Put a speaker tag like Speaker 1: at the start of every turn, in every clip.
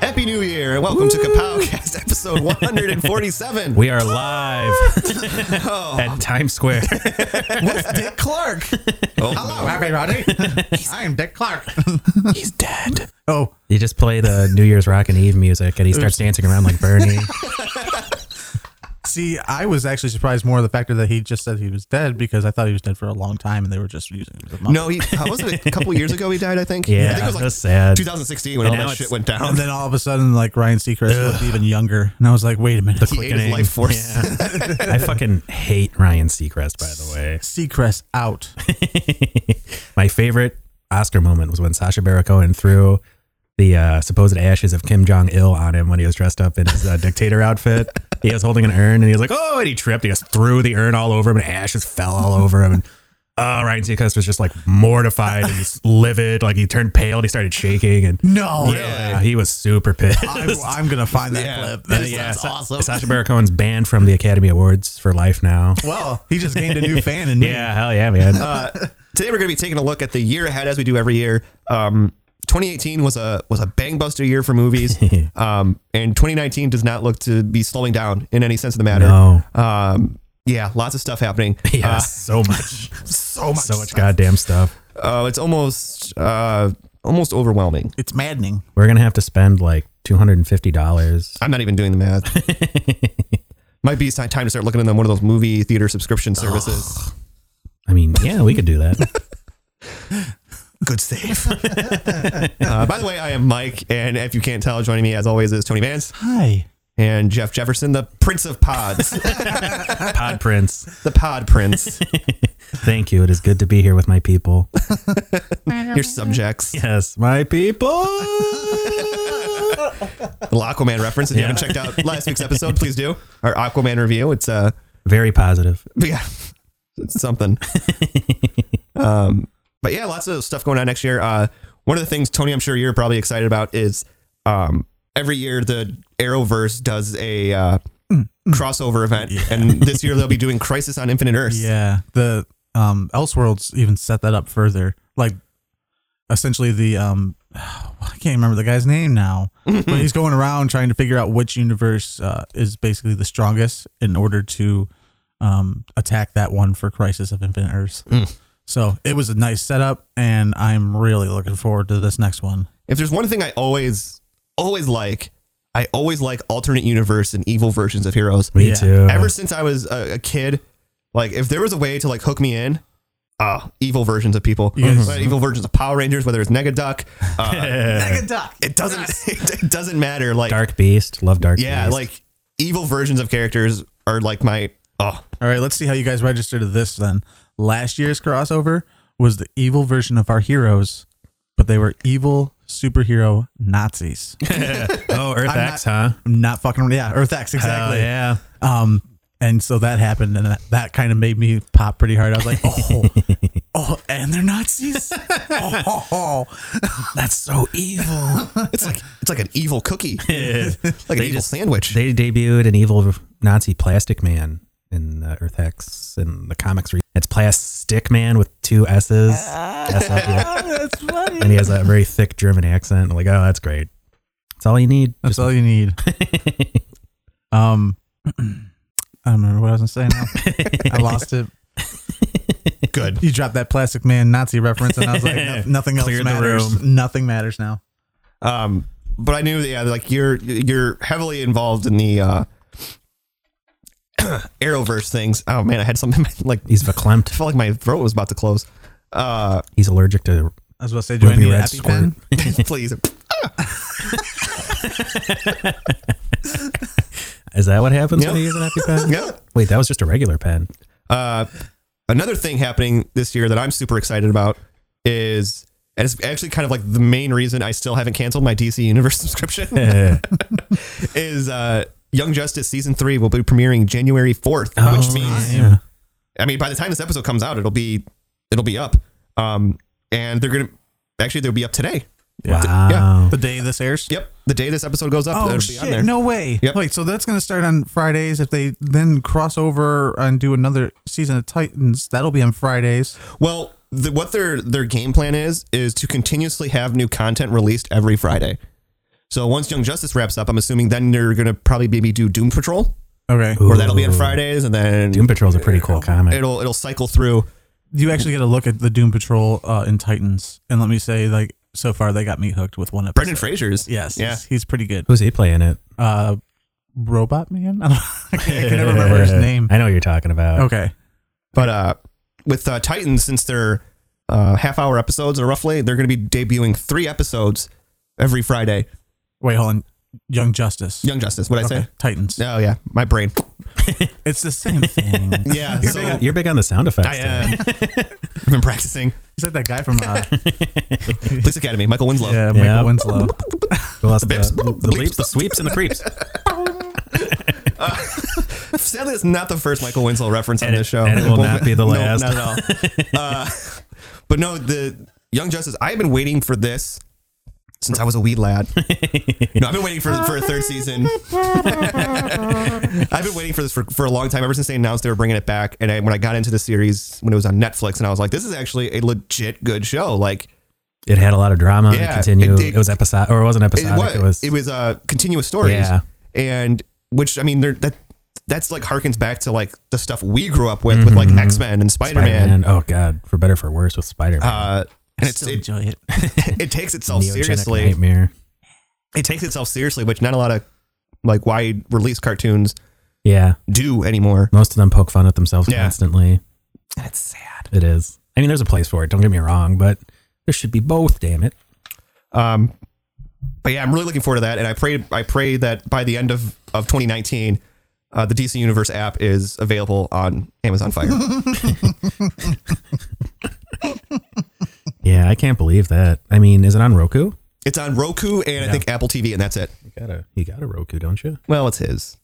Speaker 1: Happy New Year and welcome to Kapowcast episode 147.
Speaker 2: We are live
Speaker 1: Oh.
Speaker 2: at Times Square.
Speaker 3: Dick Clark.
Speaker 1: Oh,
Speaker 3: Hello, everybody. I am Dick Clark.
Speaker 2: He's dead.
Speaker 3: Oh,
Speaker 2: You just play the New Year's Rockin' Eve music and he starts dancing around like Bernie.
Speaker 3: see, I was actually surprised more the factor that he just said he was dead because I thought he was dead for a long time and they were just using him. as a mop.
Speaker 1: No, he how was it a couple years ago he died, I think?
Speaker 2: Yeah,
Speaker 1: I think it was like
Speaker 2: that's sad.
Speaker 1: 2016 when
Speaker 2: And
Speaker 1: all
Speaker 2: now
Speaker 1: that
Speaker 2: it's-
Speaker 1: shit went down.
Speaker 3: And then all of a sudden, like Ryan Seacrest looked even younger, and I was like, "Wait a minute,
Speaker 1: he ate his life force.
Speaker 2: Yeah. I fucking hate Ryan Seacrest, by the way.
Speaker 3: Seacrest out."
Speaker 2: My favorite Oscar moment was when Sasha Baron Cohen threw the uh, supposed ashes of Kim Jong Il on him when he was dressed up in his uh, dictator outfit. He was holding an urn and he was like, "Oh!" and he tripped. He just threw the urn all over him, and ashes fell all over him. And uh, Ryan Seacrest was just like mortified and just livid. Like he turned pale and he started shaking. And
Speaker 3: No,
Speaker 2: yeah, he was super pissed.
Speaker 3: I'm, I'm gonna find that
Speaker 1: Yeah.
Speaker 3: clip.
Speaker 1: That is
Speaker 2: Yeah,
Speaker 1: that's
Speaker 2: Sa-
Speaker 1: awesome.
Speaker 2: Sasha Baron Cohen's banned from the Academy Awards for life now.
Speaker 3: Well, he just gained a new fan, and
Speaker 2: Yeah, hell yeah, man.
Speaker 1: Today we're going to be taking a look at the year ahead as we do every year. Um, 2018 was a was a bangbuster year for movies, um, and 2019 does not look to be slowing down in any sense of the matter.
Speaker 2: No.
Speaker 1: Um, yeah, lots of stuff happening. Uh,
Speaker 2: yeah, so much,
Speaker 1: so much.
Speaker 2: so much goddamn stuff.
Speaker 1: Uh, it's almost uh, almost overwhelming.
Speaker 3: it's maddening.
Speaker 2: We're gonna have to spend like two hundred and fifty dollars.
Speaker 1: I'm not even doing the math. Might be it's time to start looking into one of those movie theater subscription services.
Speaker 2: I mean, yeah, we could do that.
Speaker 3: Good save.
Speaker 1: Uh, by the way, I am Mike, and if you can't tell, joining me as always is Tony Vance
Speaker 3: Hi.
Speaker 1: and Jeff Jefferson, the Prince of Pods.
Speaker 2: Pod Prince,
Speaker 1: the pod prince,
Speaker 2: thank you. It is good to be here with my people.
Speaker 1: your subjects.
Speaker 2: Yes, my people.
Speaker 1: The Aquaman reference. If you
Speaker 2: Yeah.
Speaker 1: haven't checked out last week's episode, please do our Aquaman review. It's uh,
Speaker 2: Very positive.
Speaker 1: yeah, it's something. um, but yeah, lots of stuff going on next year. Uh, one of the things, Tony, I'm sure you're probably excited about is um, every year the Arrowverse does a uh,
Speaker 3: Mm,
Speaker 1: crossover event, and this year they'll be doing Crisis on Infinite Earths.
Speaker 3: Yeah, the um Elseworlds even set that up further. Like essentially the um I can't remember the guy's name now, but he's going around trying to figure out which universe uh, is basically the strongest in order to um attack that one for Crisis of Infinite Earths. So it was a nice setup, and I'm really looking forward to this next one.
Speaker 1: If there's one thing I always, always like, I always like alternate universe and evil versions of heroes.
Speaker 2: Me
Speaker 3: Yeah.
Speaker 2: too.
Speaker 1: ever since I was a, a kid, like if there was a way to like hook me in, uh, evil versions of people,
Speaker 3: Yes.
Speaker 2: Mm-hmm.
Speaker 1: Uh, evil versions of Power Rangers, whether it's Negaduck, uh, it doesn't it doesn't matter. Like
Speaker 2: Dark Beast, love Dark.
Speaker 1: yeah,
Speaker 2: Beast.
Speaker 1: like evil versions of characters are like my oh
Speaker 3: All right, let's see how you guys register to this then. Last year's crossover was the evil version of our heroes, but they were evil superhero Nazis.
Speaker 2: oh Earth X, huh?
Speaker 3: I'm not fucking yeah, Earth X
Speaker 2: Hell
Speaker 3: exactly.
Speaker 2: yeah.
Speaker 3: Um and so that happened and that, that kind of made me pop pretty hard. I was like, "Oh. oh, and they're Nazis?" Oh, oh, oh.
Speaker 2: That's so evil.
Speaker 1: it's like it's like an evil cookie, like an evil
Speaker 2: just-
Speaker 1: sandwich.
Speaker 2: They debuted an evil Nazi plastic man in uh, Earth X in the comics. re- It's Plastic Man with two S's. S up, yeah.
Speaker 3: That's funny.
Speaker 2: And he has a very thick German accent. I'm like, oh, that's great. That's all you need.
Speaker 3: That's all you need. um I don't remember what I was going to say now. I lost it.
Speaker 1: Good.
Speaker 3: You dropped that plastic man Nazi reference, and I was like, no- nothing else
Speaker 2: Cleared the
Speaker 3: matters. Nothing matters now.
Speaker 1: Um, but I knew that yeah, like you're you're heavily involved in the uh, Arrowverse things. Oh man, I had something like
Speaker 2: He's verklempt.
Speaker 1: felt like my throat was about to close. Uh,
Speaker 2: He's allergic to
Speaker 3: I was about to say, do I
Speaker 2: ruby
Speaker 3: need an
Speaker 2: red
Speaker 3: EpiPen?
Speaker 2: squirt.
Speaker 1: please.
Speaker 2: Is that what happens
Speaker 1: Yep.
Speaker 2: when he uses an EpiPen?
Speaker 1: Yep.
Speaker 2: Wait, that was just a regular pen.
Speaker 1: Uh, another thing happening this year that I'm super excited about is, and it's actually kind of like the main reason I still haven't canceled my DC Universe subscription
Speaker 2: Eh.
Speaker 1: is uh, Young Justice season three will be premiering January 4th,
Speaker 3: Oh,
Speaker 1: which means
Speaker 2: yeah.
Speaker 1: I mean by the time this episode comes out, it'll be it'll be up, um, and they're gonna actually they'll be up today.
Speaker 2: Wow.
Speaker 3: The day this airs?
Speaker 1: Yep, the day this episode goes up,
Speaker 3: Oh,
Speaker 1: it'll be on there.
Speaker 3: shit. No way.
Speaker 1: Yep.
Speaker 3: Wait, so that's going to start on Fridays. If they then cross over and do another season of Titans, that'll be on Fridays.
Speaker 1: Well, the, what their their game plan is is to continuously have new content released every Friday. So once Young Justice wraps up, I'm assuming then they're gonna probably maybe do Doom Patrol,
Speaker 3: Okay.
Speaker 1: or that'll be on
Speaker 2: Ooh.
Speaker 1: Fridays, and then
Speaker 2: Doom Patrol's a pretty cool comic.
Speaker 1: it'll it'll cycle through.
Speaker 3: You actually get a look at the Doom Patrol uh, in Titans, and let me say, like so far, they got me hooked with one episode.
Speaker 1: Brendan Fraser's,
Speaker 3: Yes.
Speaker 1: Yeah.
Speaker 3: He's, he's pretty good.
Speaker 2: Who's he playing it?
Speaker 3: Uh, Robot Man. I, don't, I can't I can never remember his name.
Speaker 2: Eh, I know what you're talking about.
Speaker 3: Okay.
Speaker 1: but uh, with uh, Titans, since they're uh, half hour episodes or roughly, they're gonna be debuting three episodes every Friday.
Speaker 3: Wait, hold on. Young Justice.
Speaker 1: Young Justice, what I
Speaker 3: Okay.
Speaker 1: say?
Speaker 3: Titans.
Speaker 1: Oh yeah, my brain.
Speaker 3: It's the same thing.
Speaker 1: Yeah,
Speaker 2: You're,
Speaker 1: so
Speaker 2: big on, you're big on the sound effects.
Speaker 1: I uh,
Speaker 2: then.
Speaker 1: am. I've been practicing.
Speaker 3: He's like that guy from uh,
Speaker 1: Police Academy, Michael Winslow.
Speaker 3: yeah, Michael
Speaker 2: Yeah.
Speaker 3: Winslow.
Speaker 2: Who else? the,
Speaker 1: bips,
Speaker 2: the leaps, the sweeps, and the creeps.
Speaker 1: Sadly, it's not the first Michael Winslow reference on
Speaker 2: And it-
Speaker 1: this show.
Speaker 2: and it will
Speaker 1: won't
Speaker 2: not be the last.
Speaker 1: No, not at all. Uh, but no, the Young Justice. I've been waiting for this since I was a wee lad. No, I've been waiting for for a third season. I've been waiting for this for, for a long time. Ever since they announced they were bringing it back, and I, when I got into the series when it was on Netflix, and I was like, this is actually a legit good show. Like
Speaker 2: It had a lot of drama.
Speaker 1: Yeah,
Speaker 2: it continued.
Speaker 1: it-
Speaker 2: It, was episodic, or it wasn't
Speaker 1: it
Speaker 2: episodic.
Speaker 1: was, it was uh, continuous stories.
Speaker 2: Yeah.
Speaker 1: and which I mean, they're, that that's like harkens back to like the stuff we grew up with with like X Men and Spider Man.
Speaker 2: Spider-Man. Oh God, for better for worse with Spider Man.
Speaker 1: uh, and it's,
Speaker 3: Still
Speaker 1: it,
Speaker 3: enjoy it.
Speaker 1: it takes itself seriously.
Speaker 2: nightmare.
Speaker 1: It takes itself seriously, which not a lot of like wide release cartoons
Speaker 2: Yeah,
Speaker 1: do anymore.
Speaker 2: most of them poke fun at themselves
Speaker 1: Yeah.
Speaker 2: constantly.
Speaker 1: That's sad.
Speaker 2: It is. I mean, there's a place for it. Don't get me wrong, but there should be both. Damn it.
Speaker 1: Um, but yeah, I'm really looking forward to that, and I pray I pray that by the end of of 2019. Uh, the DC Universe app is available on Amazon Fire.
Speaker 2: Yeah, I can't believe that. I mean, is it on Roku?
Speaker 1: it's on Roku and I think Apple TV, and that's it.
Speaker 2: You got a you got a Roku, don't you?
Speaker 1: Well, it's his.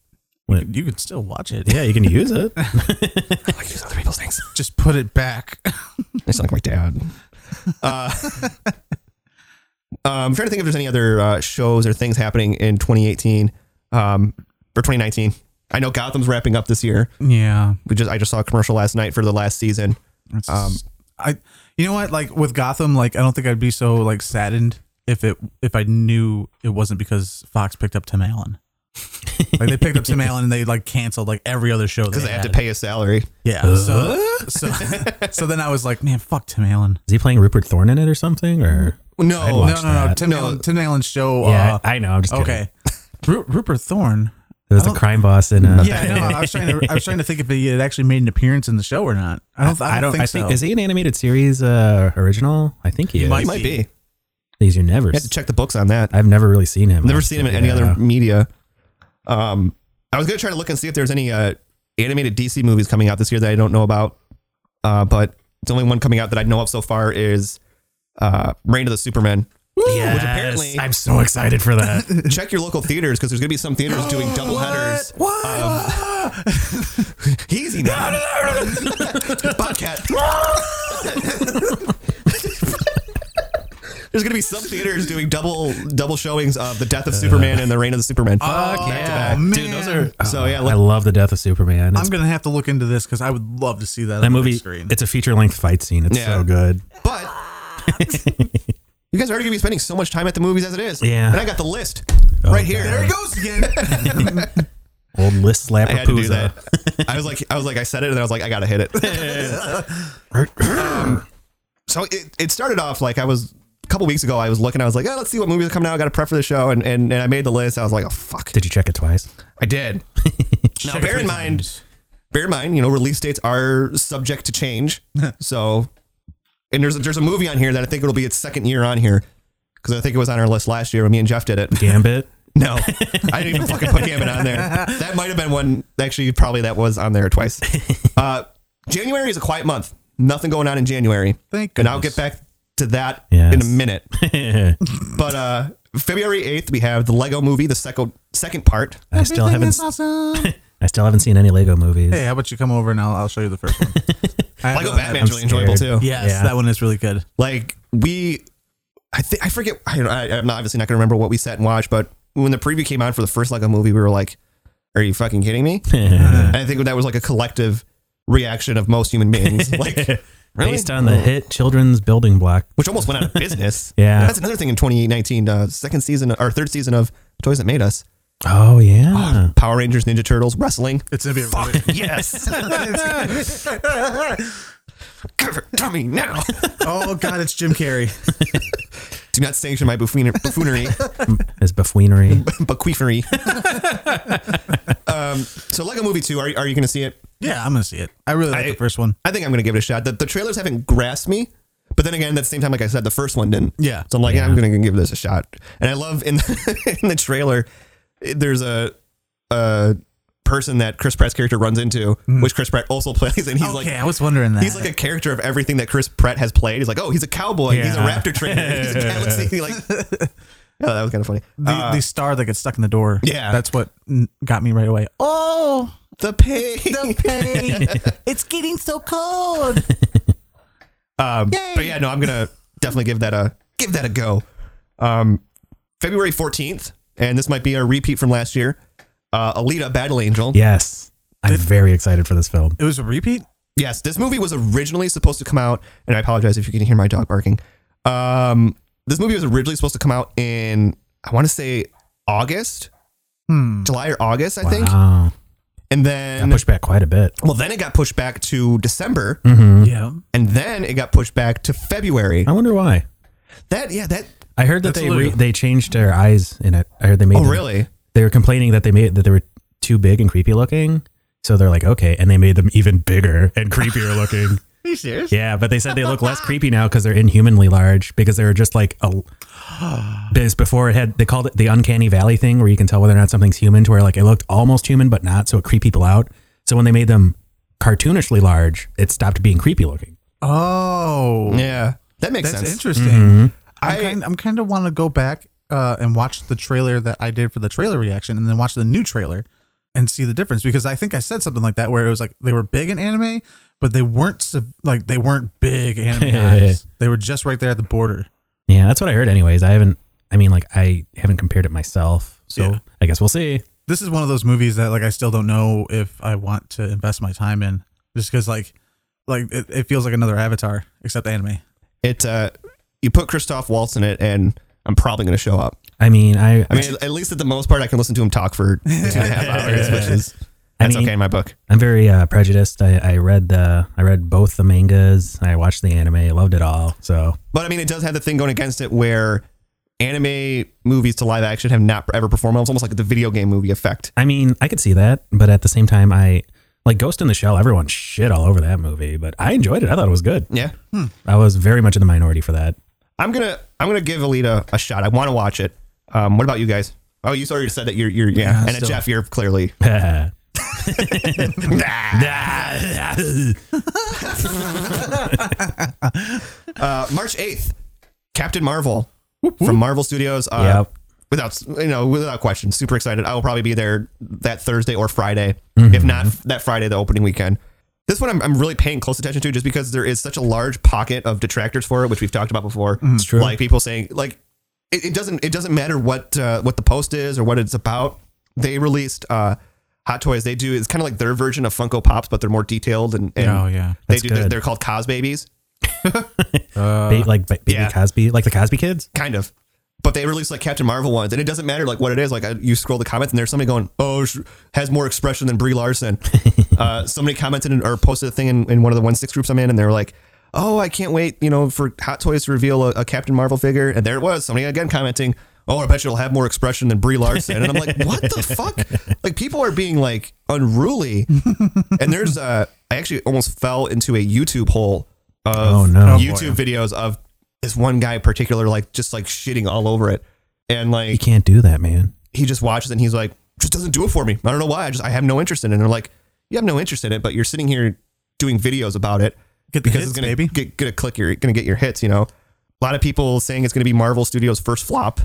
Speaker 3: You can still watch it.
Speaker 2: Yeah, you can use it.
Speaker 1: I use other people's things.
Speaker 3: Just put it back.
Speaker 1: It's like my dad. Uh, I'm trying to think if there's any other uh, shows or things happening in 2018 um, or 2019. I know Gotham's wrapping up this year.
Speaker 3: yeah.
Speaker 1: We just I just saw a commercial last night for the last season.
Speaker 3: It's-
Speaker 1: Um,
Speaker 3: I you know what like with Gotham like I don't think I'd be so like saddened if it if I knew it wasn't because Fox picked up Tim Allen. like they picked up Tim Allen and they like canceled like every other show. They
Speaker 1: Because I have
Speaker 3: had.
Speaker 1: to pay his salary.
Speaker 3: yeah. So, so so then I was like, man, fuck Tim Allen.
Speaker 2: Is he playing Rupert Thorne in it or something? Or I'd
Speaker 1: No,
Speaker 2: watch-
Speaker 3: No, no, no.
Speaker 2: that.
Speaker 3: Tim
Speaker 1: No.
Speaker 3: Allen. Tim Allen's show.
Speaker 2: yeah,
Speaker 3: Uh,
Speaker 2: I, I know. I'm just kidding.
Speaker 3: okay. Ru- Rupert Thorne.
Speaker 2: It was
Speaker 3: I
Speaker 2: the
Speaker 3: don't-
Speaker 2: crime boss in. Uh,
Speaker 3: Yeah, no. I was trying to. I was trying to think if he had actually made an appearance in the show or not. I don't. I don't,
Speaker 2: I don't.
Speaker 3: think
Speaker 2: I
Speaker 3: so.
Speaker 2: think is he an animated series uh, original? I think he is.
Speaker 1: he might be. You
Speaker 2: These are never.
Speaker 1: have to check the books on that.
Speaker 2: I've never really seen him.
Speaker 1: Never seen him in any
Speaker 2: Yeah.
Speaker 1: other media. Um, I was gonna try to look and see if there's any uh, animated DC movies coming out this year that I don't know about. Uh, but the only one coming out that I know of so far is uh, Reign of the Superman.
Speaker 2: Yes,
Speaker 1: Which apparently-
Speaker 2: I'm so excited for that.
Speaker 1: Check your local theaters because there's gonna be some theaters doing double headers.
Speaker 3: What?
Speaker 2: Um,
Speaker 1: Easy now. Bobcat. There's gonna be some theaters doing double double showings of the Death of Superman and the Reign of the Superman.
Speaker 3: Oh,
Speaker 1: Back to
Speaker 3: yeah,
Speaker 1: back.
Speaker 3: man.
Speaker 2: Dude, those are.
Speaker 1: So, Oh, yeah,
Speaker 2: I
Speaker 1: look-
Speaker 2: love the death of Superman. It's-
Speaker 3: I'm gonna have to look into this because I would love to see that. on
Speaker 2: that
Speaker 3: the
Speaker 2: movie.
Speaker 3: big Screen.
Speaker 2: It's a feature length fight scene. It's
Speaker 1: Yeah.
Speaker 2: so good.
Speaker 1: But you guys are already gonna be spending so much time at the movies as it is.
Speaker 2: Yeah.
Speaker 1: And I got the list right here.
Speaker 3: there it goes again.
Speaker 2: Old list slap
Speaker 1: I had to do that. I was like, I was like, I said it, and I was like, I gotta hit it. Um, so it, it started off like I was a couple weeks ago. I was looking. I was like, oh, let's see what movies are coming out. I got to prep for the show, and, and and I made the list. I was like, oh fuck,
Speaker 2: Did you check it twice?
Speaker 1: I did. now bear in mind, bear in mind, you know, release dates are subject to change. so, and there's there's a movie on here that I think it'll be its second year on here because I think it was on our list last year when me and Jeff did it.
Speaker 2: Gambit.
Speaker 1: No, I didn't even fucking put Gambit on there. That might have been one. Actually, probably that was on there twice. Uh, January is a quiet month. Nothing going on in January.
Speaker 3: Thank
Speaker 1: And I'll get
Speaker 3: goodness.
Speaker 1: back to that
Speaker 2: Yes.
Speaker 1: in a minute.
Speaker 2: I
Speaker 1: But uh, February eighth, we have the Lego Movie, the second second part.
Speaker 2: still haven't. s-
Speaker 3: awesome.
Speaker 2: I still haven't seen any Lego movies.
Speaker 3: hey, how about you come over and I'll, I'll show you the first one. I
Speaker 1: Lego
Speaker 3: haven't-
Speaker 1: Batman's
Speaker 2: I'm
Speaker 1: really enjoyable too.
Speaker 2: scared.
Speaker 3: Yes,
Speaker 2: Yeah.
Speaker 3: that one is really good.
Speaker 1: Like we, I think I forget. I don't, I, I'm not obviously not gonna remember what we sat and watched, but when the preview came on for the first Lego Movie, we were like, "Are you fucking kidding me?" And I think that was like a collective reaction of most human beings. Like Really? Oh.
Speaker 2: based on the hit children's building block.
Speaker 1: which almost went out of business.
Speaker 2: Yeah.
Speaker 1: that's another thing in 2019, uh, second season or third season of Toys That Made Us,
Speaker 2: Oh yeah,
Speaker 1: Power Rangers, Ninja Turtles, wrestling.
Speaker 3: It's gonna be a really,
Speaker 1: Yes, Cover- tummy now.
Speaker 3: oh god, it's Jim Carrey.
Speaker 1: Do not sanction my buffoonery, buffoonery
Speaker 2: it's buffoonery.
Speaker 1: buffoonery. um, so Lego Movie Two, are, are you going to see it?
Speaker 3: Yeah, I'm gonna see it. I really like
Speaker 1: I-
Speaker 3: the first one.
Speaker 1: I think I'm going to give it a shot. The, the trailers haven't grasped me, but then again, at the same time, like I said, the first one didn't.
Speaker 3: Yeah.
Speaker 1: So I'm like, yeah. I'm going to give this a shot. And I love in the, in the trailer, there's a a person that Chris Pratt's character runs into, which Chris Pratt also plays, and he's
Speaker 3: okay,
Speaker 1: like.
Speaker 3: I was wondering that.
Speaker 1: He's like a character of everything that Chris Pratt has played. He's like, oh, he's a cowboy. He's a
Speaker 2: Yeah.
Speaker 1: raptor trainer. He's a galaxy. Like, oh, that was kind of funny.
Speaker 3: the,
Speaker 1: Uh,
Speaker 3: the star that gets stuck in the door.
Speaker 1: Yeah.
Speaker 3: that's what mm, got me right away. Oh,
Speaker 1: the pain.
Speaker 3: pain! it's getting so cold.
Speaker 1: Um, but yeah, no, I'm gonna definitely give that a give that a go. Um, February 14th, and this might be a repeat from last year. Uh, Alita: Battle Angel.
Speaker 2: Yes, I'm very excited for this film.
Speaker 3: It was a repeat.
Speaker 1: Yes, this movie was originally supposed to come out, and I apologize if you can hear my dog barking. Um, this movie was originally supposed to come out in I want to say August, July or August, I think,
Speaker 2: Wow,
Speaker 1: and
Speaker 2: I
Speaker 1: then
Speaker 2: pushed back quite a bit.
Speaker 1: well, then it got pushed back to December,
Speaker 3: Yeah,
Speaker 1: and then it got pushed back to February.
Speaker 2: I wonder why.
Speaker 1: That yeah, that
Speaker 2: I heard that
Speaker 3: That's
Speaker 2: they
Speaker 3: Lou.
Speaker 2: re- they changed their eyes in it. I heard they made.
Speaker 1: oh
Speaker 2: them-
Speaker 1: really?
Speaker 2: They were complaining that they made that they were too big and creepy looking. So they're like, okay, and they made them even bigger and creepier looking.
Speaker 3: are you serious?
Speaker 2: Yeah, but they said they look less creepy now because they're inhumanly large because they were just like a. Because before it had, they called it the uncanny valley thing, where you can tell whether or not something's human, to where like it looked almost human but not, so it creeped people out. So when they made them cartoonishly large, it stopped being creepy looking.
Speaker 3: Oh,
Speaker 1: Yeah, that makes
Speaker 3: that's
Speaker 1: sense. Mm-hmm.
Speaker 3: interesting. I'm
Speaker 1: I-
Speaker 3: kind, I'm kind of want to go back uh, and watch the trailer that I did for the trailer reaction, and then watch the new trailer and see the difference because I think I said something like that where it was like they were big in anime, but they weren't sub- like they weren't big anime eyes. They were just right there at the border.
Speaker 2: Yeah, that's what I heard. Anyways, I haven't. I mean, like I haven't compared it myself, so
Speaker 3: Yeah.
Speaker 2: I guess we'll see.
Speaker 3: This is one of those movies that like I still don't know if I want to invest my time in just because like like it, it feels like another Avatar except anime.
Speaker 1: it uh you put Christoph Waltz in it and I'm probably going to show up.
Speaker 2: I mean, I.
Speaker 1: I mean, at least at the most part, I can listen to him talk for two and a half hours, which is
Speaker 2: I
Speaker 1: that's
Speaker 2: mean-
Speaker 1: okay in my book.
Speaker 2: I'm very uh, prejudiced. I, I read the I read both the mangas. I watched the anime. I loved it all. So
Speaker 1: But I mean, it does have the thing going against it where anime movies to live action have not ever performed. It's almost like the video game movie effect.
Speaker 2: I mean, I could see that, but at the same time, I like Ghost in the Shell. Everyone shit all over that movie, but I enjoyed it. I thought it was good.
Speaker 1: Yeah,
Speaker 2: I was very much in the minority for that.
Speaker 1: I'm gonna I'm gonna give Alita a shot. I want to watch it. Um, what about you guys? Oh, you already said that you're you're yeah, and at
Speaker 3: still-
Speaker 1: Jeff, you're clearly. Uh, March 8th, Captain Marvel from Marvel Studios. Uh,
Speaker 2: Yep.
Speaker 1: Without you know, without question, super excited. I will probably be there that Thursday or Friday, if not
Speaker 2: Mm-hmm.
Speaker 1: that Friday, the opening weekend. This one I'm, I'm really paying close attention to, just because there is such a large pocket of detractors for it, which we've talked about before. It's
Speaker 2: Mm-hmm. true.
Speaker 1: Like people saying, like it, it doesn't it doesn't matter what uh, what the post is or what it's about. They released uh, Hot Toys. They do it's kind of like their version of Funko Pops, but they're more detailed and, and
Speaker 3: Oh, yeah.
Speaker 1: they
Speaker 2: That's
Speaker 1: do. They're,
Speaker 2: good.
Speaker 1: they're called Cos Babies.
Speaker 2: Ba- like ba- Baby
Speaker 1: yeah.
Speaker 2: Cosby, like the Cosby Kids.
Speaker 1: kind of. But they release like Captain Marvel ones, and it doesn't matter like what it is. Like I, you scroll the comments, and there's somebody going, "Oh, sh- has more expression than Brie Larson." uh, somebody commented and- or posted a thing in, in one of the one six groups I'm in, and they were like, "Oh, I can't wait, you know, for Hot Toys to reveal a, a Captain Marvel figure." And there it was, somebody again commenting, "Oh, I bet you'll have more expression than Brie Larson." And I'm like, "What the fuck?" Like people are being like unruly, and there's uh, I actually almost fell into a YouTube hole of
Speaker 2: Oh, no.
Speaker 1: YouTube videos of this one guy in particular, like just like shitting all over it. And
Speaker 2: You
Speaker 1: like
Speaker 2: can't do that, man.
Speaker 1: he just watches it and he's like, just doesn't do it for me. I don't know why. I just I have no interest in it. And they're like, you have no interest in it, but you're sitting here doing videos about it
Speaker 3: Get the
Speaker 1: because
Speaker 3: hits,
Speaker 1: it's gonna
Speaker 3: baby.
Speaker 1: get gonna click your gonna get your hits, you know. A lot of people saying it's gonna be Marvel Studios' first flop,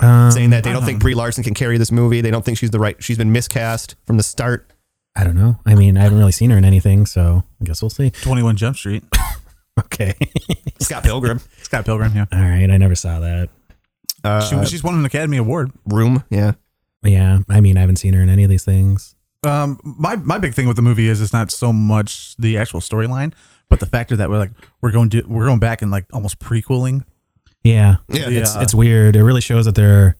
Speaker 2: Um,
Speaker 1: saying that they
Speaker 3: Uh-huh.
Speaker 1: don't think Brie Larson can carry this movie. They don't think she's the right she's been miscast from the start.
Speaker 2: I don't know. I mean, I haven't really seen her in anything, so I guess we'll see.
Speaker 3: Twenty One Jump Street.
Speaker 2: Okay.
Speaker 1: Scott Pilgrim.
Speaker 3: Scott Pilgrim. Yeah,
Speaker 2: all right. I never saw that.
Speaker 1: Uh,
Speaker 3: she, she's won an Academy Award.
Speaker 1: room. Yeah.
Speaker 2: Yeah. I mean, I haven't seen her in any of these things.
Speaker 3: Um, my my big thing with the movie is it's not so much the actual storyline, But the factor that we're like we're going to we're going back and like almost prequeling.
Speaker 2: Yeah.
Speaker 1: Yeah,
Speaker 2: It's
Speaker 3: Yeah.
Speaker 2: it's weird. It really shows that they're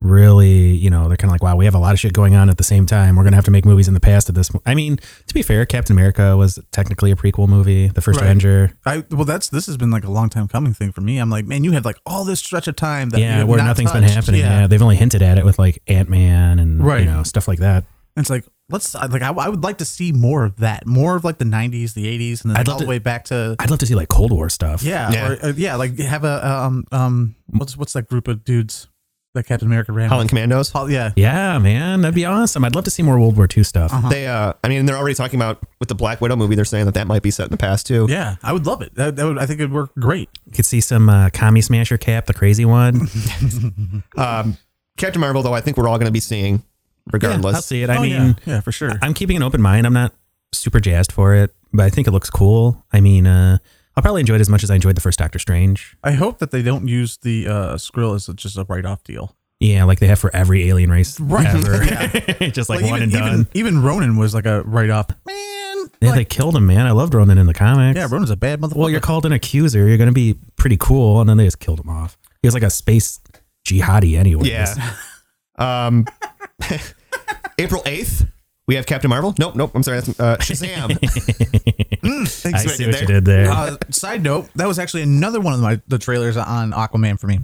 Speaker 2: really, you know, they're kind of like, wow, we have a lot of shit going on at the same time. We're gonna have to make movies in the past at this. mo-" I mean, to be fair, Captain America was technically a prequel movie, the first
Speaker 3: Right.
Speaker 2: Avenger.
Speaker 3: I well, that's this has been like a long time coming thing for me. I'm like, man, you have like all this stretch of time that you
Speaker 2: yeah,
Speaker 3: have
Speaker 2: where
Speaker 3: not
Speaker 2: nothing's been
Speaker 3: touched.
Speaker 2: happening. Yeah. they've only hinted at it with like Ant Man and
Speaker 3: Right.
Speaker 2: you know stuff like that.
Speaker 3: And it's like let's I- like I, I would like to see more of that, more of like the '90s, the '80s, and then
Speaker 2: I'd love
Speaker 3: all the
Speaker 2: to-
Speaker 3: way back to
Speaker 2: I'd love to see like Cold War stuff.
Speaker 3: yeah,
Speaker 1: Yeah.
Speaker 3: Or, or, yeah, like have a um um what's what's that group of dudes that Captain America ran?
Speaker 1: Holland Commandos.
Speaker 3: Hol- yeah,
Speaker 2: yeah, man, that'd be awesome. I'd love to see more World War II stuff.
Speaker 3: Uh-huh.
Speaker 1: They, uh, I mean, they're already talking about with the Black Widow movie. They're saying that that might be set in the past too.
Speaker 3: yeah, I would love it. That, that would I think it'd work great.
Speaker 2: You could see some uh, Commie Smasher Cap, the crazy one.
Speaker 1: Um, Captain Marvel, though, I think we're all going to be seeing,
Speaker 2: I'll
Speaker 1: regardless.
Speaker 2: see it. I
Speaker 3: Oh,
Speaker 2: mean,
Speaker 3: yeah. yeah, for sure.
Speaker 2: I'm keeping an open mind. I'm not super jazzed for it, but I think it looks cool. I mean, uh, I'll probably enjoy it as much as I enjoyed the first Doctor Strange.
Speaker 3: I hope that they don't use the uh, Skrill as a- just a write-off deal.
Speaker 2: Yeah, like they have for every alien race
Speaker 3: Right.
Speaker 2: ever. Just like, one
Speaker 3: even,
Speaker 2: and done.
Speaker 3: even even Ronan was like a write-off. Man,
Speaker 2: yeah,
Speaker 3: like-
Speaker 2: they killed him, man. I loved Ronan in the comics.
Speaker 3: yeah, Ronan's a bad motherfucker.
Speaker 2: well, you're called an accuser. You're going to be pretty cool. And then they just killed him off. He was like a space jihadi anyway.
Speaker 1: Yeah. um, April 8th, we have Captain Marvel. Nope, nope. I'm sorry. That's, uh, Shazam. Hmm,
Speaker 2: I
Speaker 1: Thanks for
Speaker 2: see
Speaker 1: what I did
Speaker 2: what
Speaker 1: there.
Speaker 2: you did there.
Speaker 3: uh, side note, that was actually another one of my the trailers on Aquaman for me,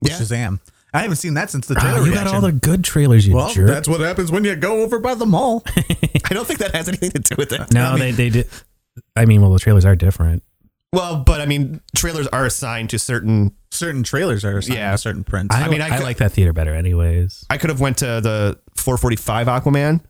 Speaker 3: which
Speaker 1: Yeah.
Speaker 3: is Shazam. I haven't seen that since the trailer.
Speaker 2: Oh, you got
Speaker 3: reaction.
Speaker 2: all the good trailers, you
Speaker 3: well,
Speaker 2: jerk.
Speaker 3: that's what happens when you go over by the mall.
Speaker 1: I don't think that has anything to do with it.
Speaker 2: no, they, they did. I mean, well, the trailers are different.
Speaker 1: Well, but I mean, trailers are assigned to certain.
Speaker 3: certain trailers are assigned
Speaker 1: Yeah.
Speaker 3: to certain prints.
Speaker 2: I,
Speaker 1: mean,
Speaker 2: mean,
Speaker 1: I
Speaker 2: I
Speaker 1: could-
Speaker 2: like that theater better, anyways.
Speaker 1: I could have went to the 445 Aquaman,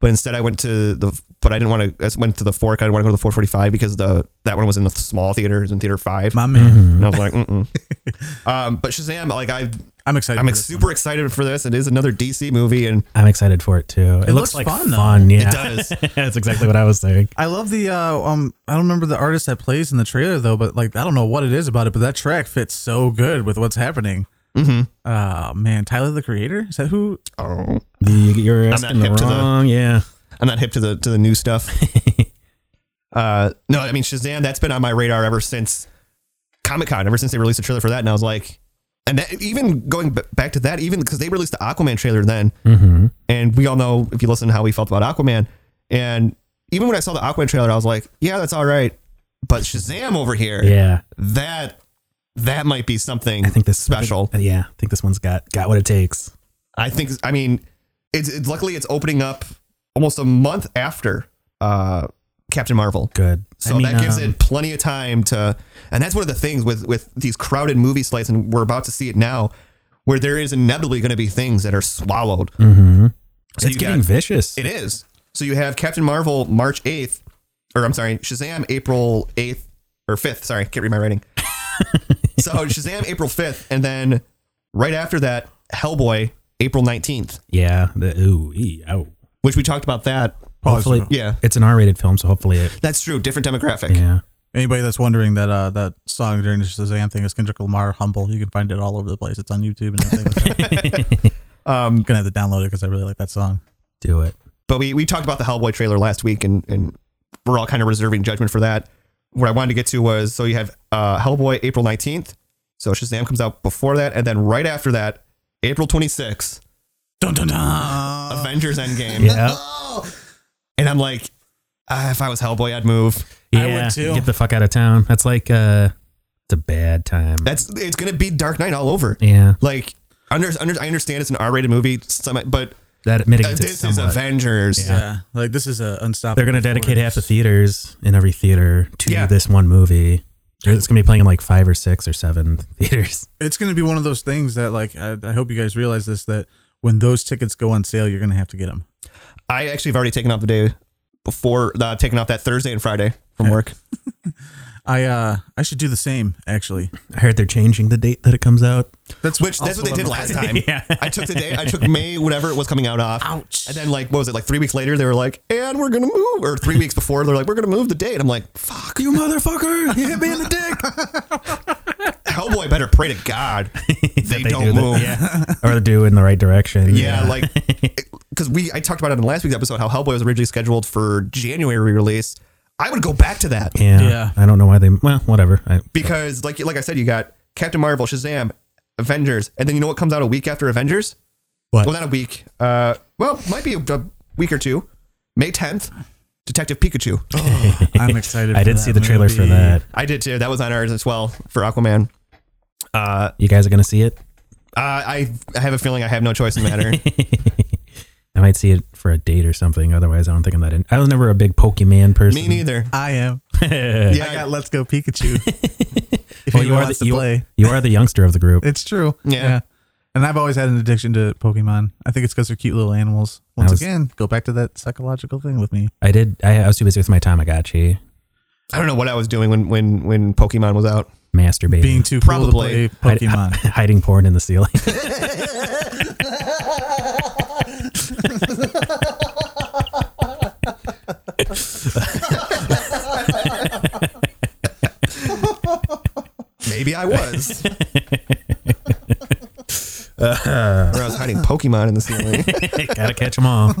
Speaker 1: but instead I went to the. But I didn't want to. I went to the fork. I didn't want to go to the 445 because the that one was in the small theater. It was in theater five.
Speaker 3: My man,
Speaker 2: Mm-hmm.
Speaker 1: And I was like, mm. um, but Shazam, like I,
Speaker 3: I'm excited.
Speaker 1: I'm
Speaker 3: for
Speaker 1: ex-
Speaker 3: this.
Speaker 1: super excited for this. It is another DC movie, and
Speaker 2: I'm excited for it too. It, looks,
Speaker 3: looks
Speaker 2: like
Speaker 3: fun,
Speaker 2: fun.
Speaker 3: though.
Speaker 2: yeah,
Speaker 1: It does.
Speaker 2: That's exactly what I was saying.
Speaker 3: I love the uh, um. I don't remember the artist that plays in the trailer though, but like I don't know what it is about it, but that track fits so good with what's happening. Mm-hmm. Oh man, Tyler the Creator is that who?
Speaker 1: oh,
Speaker 2: You're
Speaker 1: not
Speaker 2: asking the
Speaker 1: hip to the-
Speaker 2: wrong. yeah,
Speaker 1: I'm not hip to the to the new stuff. uh, no, I mean Shazam. That's been on my radar ever since Comic Con. Ever since they released the trailer for that, and I was like, and that even going b- back to that, even because they released the Aquaman trailer then, Mm-hmm. and we all know if you listen how we felt about Aquaman, and even when I saw the Aquaman trailer, I was like, yeah, that's all right, but Shazam over here,
Speaker 2: yeah.
Speaker 1: that that might be something
Speaker 2: I think this
Speaker 1: special.
Speaker 2: yeah, I think this one's got got what it takes.
Speaker 1: I think I mean it's, it's luckily it's opening up almost a month after uh Captain Marvel.
Speaker 2: Good.
Speaker 1: So
Speaker 2: I mean,
Speaker 1: that gives
Speaker 2: um,
Speaker 1: it plenty of time to and that's one of the things with with these crowded movie slates and we're about to see it now where there is inevitably going to be things that are swallowed.
Speaker 2: Mm.
Speaker 1: So
Speaker 2: It's
Speaker 1: you
Speaker 2: getting
Speaker 1: got-
Speaker 2: vicious.
Speaker 1: It is. So you have Captain Marvel March 8th or I'm sorry, Shazam April 8th or 5th, sorry, can't read my writing. so Shazam April 5th and then right after that Hellboy April 19th,
Speaker 2: yeah. The, ooh. ee, ow.
Speaker 1: which we talked about that
Speaker 2: Hopefully,
Speaker 3: so-
Speaker 1: Yeah.
Speaker 2: It's an R-rated film, so hopefully it.
Speaker 1: That's true. Different demographic.
Speaker 2: Yeah.
Speaker 3: Anybody that's wondering that uh, that song during the Shazam thing is Kendrick Lamar "Humble." You can find it all over the place. It's on YouTube and everything. um, gonna have to download it because I really like that song.
Speaker 2: Do it.
Speaker 1: But we, we talked about the Hellboy trailer last week, and, and we're all kind of reserving judgment for that. What I wanted to get to was so you have uh, Hellboy April 19th. So Shazam comes out before that. And then right after that, April 26th,
Speaker 3: Dun dun dun.
Speaker 1: Avengers Endgame.
Speaker 2: Yeah.
Speaker 1: And I'm like, ah, if I was Hellboy, I'd move.
Speaker 2: Yeah.
Speaker 3: I would too.
Speaker 2: Get the fuck out of town. That's like uh, it's a bad time.
Speaker 1: That's It's going to be Dark Knight all over.
Speaker 2: yeah.
Speaker 1: Like, under, under, I understand it's an R rated movie, some, but uh,
Speaker 2: That mitigates it
Speaker 1: this is
Speaker 2: somewhat.
Speaker 1: Avengers.
Speaker 3: Yeah. like this is a unstoppable.
Speaker 2: They're going to dedicate half the theaters in every theater to
Speaker 1: Yeah.
Speaker 2: this one movie. They're- It's going to be playing in like five or six or seven theaters.
Speaker 3: It's gonna be one of those things that like I, I hope you guys realize this that when those tickets go on sale, you're gonna have to get them.
Speaker 1: I actually have already taken off the day before, uh, taken off that Thursday and Friday from work.
Speaker 3: I uh I should do the same actually.
Speaker 2: I heard they're changing the date that it comes out.
Speaker 3: That's
Speaker 1: Which that's
Speaker 3: also
Speaker 1: what they did
Speaker 3: I'm-
Speaker 1: last time.
Speaker 2: Yeah.
Speaker 1: I took the day. I took May, whatever it was coming out off.
Speaker 3: Ouch.
Speaker 1: And then like what was it? Like three weeks later, they were like, "And we're gonna move." Or three weeks before, they're like, "We're gonna move the date." I'm like, "Fuck,
Speaker 2: You motherfucker! You hit me in the dick.
Speaker 1: Hellboy, better pray to God they, don't
Speaker 2: do that.
Speaker 1: move."
Speaker 2: Yeah. or they do in the right direction.
Speaker 1: Yeah, like because we I talked about it in last week's episode how Hellboy was originally scheduled for January release. I would go back to that
Speaker 2: Yeah,
Speaker 3: Yeah.
Speaker 2: I don't know why they. Well, whatever. I,
Speaker 1: because, like, like I said, you got Captain Marvel, Shazam, Avengers, and then you know what comes out a week after Avengers?
Speaker 3: What?
Speaker 1: Well, not a week. Uh, well, might be a, a week or two. May tenth, Detective Pikachu.
Speaker 3: I'm excited.
Speaker 2: I
Speaker 3: for
Speaker 2: did
Speaker 3: that
Speaker 2: see the trailer for
Speaker 3: movie.
Speaker 2: that.
Speaker 1: I did too. That was on ours as well for Aquaman. Uh,
Speaker 2: You guys are gonna see it.
Speaker 1: uh, I I have a feeling I have no choice in the matter.
Speaker 2: I might see it for a date or something. Otherwise, I don't think I'm that. In, I was never a big Pokemon person.
Speaker 1: Me neither.
Speaker 3: I am.
Speaker 2: yeah.
Speaker 1: Yeah,
Speaker 3: I got Let's Go Pikachu. if
Speaker 2: Well,
Speaker 3: you
Speaker 2: you are
Speaker 3: wants
Speaker 2: the
Speaker 3: to
Speaker 2: you,
Speaker 3: play,
Speaker 2: you are the youngster of the group.
Speaker 3: it's true.
Speaker 1: Yeah.
Speaker 3: And I've always had an addiction to Pokemon. I think it's because they're cute little animals. Once
Speaker 2: was-
Speaker 3: again, go back to that psychological thing with me.
Speaker 2: I did. I, I was too busy with my Tamagotchi
Speaker 1: I don't know what I was doing when when when Pokemon was out.
Speaker 2: masturbating,
Speaker 3: Being too
Speaker 1: Probably.
Speaker 3: cool to play
Speaker 2: Hid-
Speaker 3: Pokemon.
Speaker 2: hiding porn in the ceiling.
Speaker 1: Maybe I was. Or I was hiding Pokemon in the ceiling. Um,
Speaker 2: Gotta catch them all.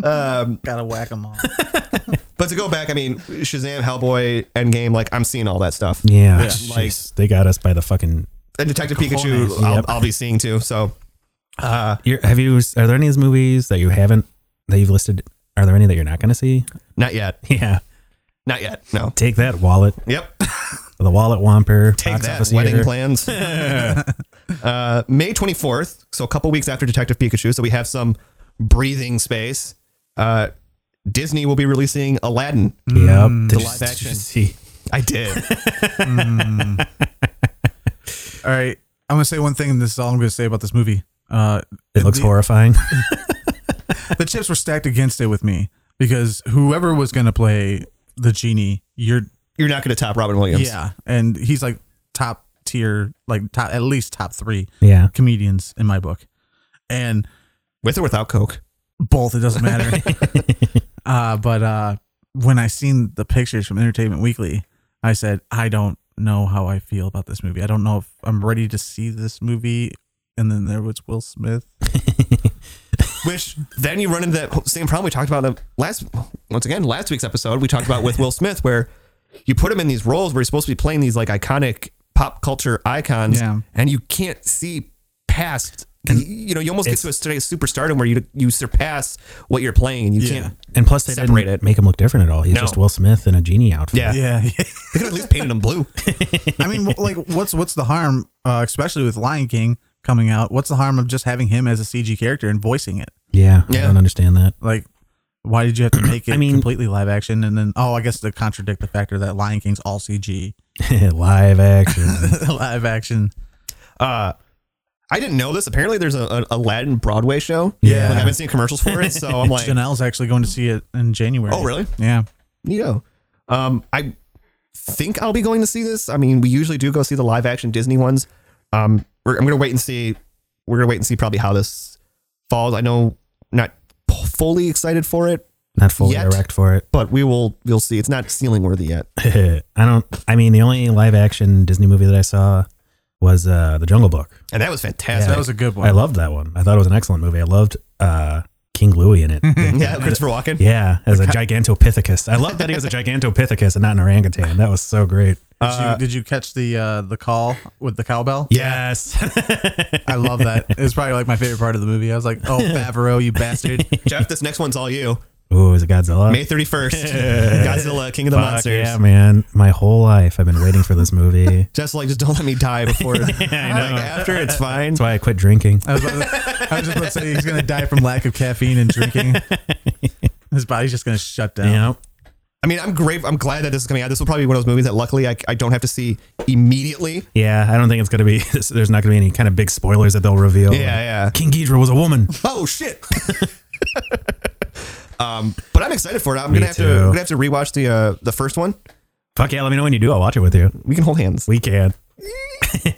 Speaker 3: Gotta whack them all.
Speaker 1: but to go back, I mean, Shazam, Hellboy, Endgame, like I'm seeing all that stuff.
Speaker 2: Yeah,
Speaker 1: Yeah,
Speaker 2: jeez,
Speaker 1: like-
Speaker 2: they got us by the fucking.
Speaker 1: And Detective Pikachu,
Speaker 2: Cojones.
Speaker 1: I'll,
Speaker 2: Yep.
Speaker 1: I'll be seeing too. So
Speaker 2: You're, have you? Are there any of these movies that you haven't that you've listed? Are there any that you're not gonna see?
Speaker 1: not yet,
Speaker 2: Yeah,
Speaker 1: not yet. No.
Speaker 2: take that wallet,
Speaker 1: Yep.
Speaker 2: the wallet womper.
Speaker 1: Take
Speaker 2: box
Speaker 1: that.
Speaker 2: office
Speaker 1: Wedding
Speaker 2: eater.
Speaker 1: plans. uh, May 24th, so a couple weeks after Detective Pikachu, so we have some breathing space. Uh, Disney will be releasing Aladdin.
Speaker 2: Yep, Did
Speaker 1: Mm, the
Speaker 2: you-
Speaker 1: live
Speaker 2: did you
Speaker 1: action.
Speaker 2: see?
Speaker 1: I did.
Speaker 3: All right. I'm gonna say one thing, and this is all I'm gonna say about this movie. Uh,
Speaker 2: It looks
Speaker 3: the-
Speaker 2: horrifying.
Speaker 3: the chips were stacked against it with me because whoever was going to play the genie, you're
Speaker 1: You're not going to top Robin Williams.
Speaker 3: yeah, and he's like top tier, like top at least top three
Speaker 2: yeah,
Speaker 3: comedians in my book, and
Speaker 1: With or without Coke.
Speaker 3: both it doesn't matter. uh, but uh, when I seen the pictures from Entertainment Weekly, I said I don't know how I feel about this movie. I don't know if I'm ready to see this movie. And then there was Will Smith.
Speaker 1: Which then you run into that same problem we talked about in the last, once again, last week's episode. We talked about with Will Smith, where you put him in these roles where he's supposed to be playing these like iconic pop culture icons,
Speaker 3: Yeah.
Speaker 1: and you can't see past. you know, you almost get to a state of superstardom where you you surpass what you're playing, and you can't.
Speaker 2: and plus they didn't
Speaker 1: Separate it.
Speaker 2: make him look different at all. He's
Speaker 1: No.
Speaker 2: just Will Smith in a genie outfit.
Speaker 1: Yeah.
Speaker 3: Yeah,
Speaker 1: They could have at least painted him blue.
Speaker 3: I mean, wh- like, what's what's the harm, uh, especially with Lion King coming out? What's the harm of just having him as a CG character and voicing it?
Speaker 2: yeah, I
Speaker 1: Yeah.
Speaker 2: don't understand that.
Speaker 3: Like, why did you have to make it
Speaker 2: I mean-
Speaker 3: completely live action? And then, oh, I guess to contradict the factor that Lion King's all CG
Speaker 2: Live action.
Speaker 3: live action.
Speaker 1: Uh, I didn't know this. Apparently, there's a, a Aladdin Broadway show.
Speaker 2: Yeah.
Speaker 1: Like, I haven't seen commercials for it, so I'm like,
Speaker 3: Janelle's actually going to see it in January.
Speaker 1: oh, really?
Speaker 3: Yeah.
Speaker 1: Neato. Um, I think I'll be going to see this. I mean, we usually do go see the live action Disney ones. Um, we're, I'm gonna wait and see. We're gonna wait and see probably how this falls. I know not p- fully excited for it,
Speaker 2: Not fully
Speaker 1: Yet.
Speaker 2: erect for it.
Speaker 1: but we will. We'll see. It's not ceiling worthy yet.
Speaker 2: I don't. I mean, the only live action Disney movie that I saw was uh, The Jungle Book.
Speaker 1: And that was fantastic.
Speaker 3: That was a good one.
Speaker 2: I loved that one. I thought it was an excellent movie. I loved uh, King Louie in it.
Speaker 1: yeah, Christopher Walken.
Speaker 2: yeah, as a gigantopithecus. I loved that he was a gigantopithecus and not an orangutan. That was so great.
Speaker 3: did, you, did you catch the uh, the call with the cowbell?
Speaker 2: Yes.
Speaker 3: I love that. It was probably like my favorite part of the movie. I was like, oh, Favreau, you bastard.
Speaker 1: Jeff, this next one's all you.
Speaker 2: Ooh, is it Godzilla?
Speaker 1: May 31st, Godzilla, King of the
Speaker 2: Fuck
Speaker 1: Monsters.
Speaker 2: Yeah, man. My whole life I've been waiting for this movie.
Speaker 1: Just like, just don't let me die before.
Speaker 2: know.
Speaker 1: Like, after it's fine.
Speaker 2: That's why I quit drinking.
Speaker 3: I was, about to, I was just about to say he's gonna die from lack of caffeine and drinking. His body's just gonna shut down.
Speaker 2: Yeah.
Speaker 1: I mean, I'm great. I'm glad that this is coming out. This will probably be one of those movies that luckily I, I don't have to see immediately.
Speaker 2: Yeah, I don't think it's gonna be. There's not gonna be any kind of big spoilers that they'll reveal.
Speaker 1: Yeah, yeah.
Speaker 2: King Ghidra was a woman.
Speaker 1: Oh shit. um, but I'm excited for it. I'm gonna have
Speaker 2: too.
Speaker 1: to. I'm gonna have to rewatch the uh, the first one.
Speaker 2: Fuck yeah! Let me know when you do. I'll watch it with you.
Speaker 1: We can hold hands.
Speaker 2: We can.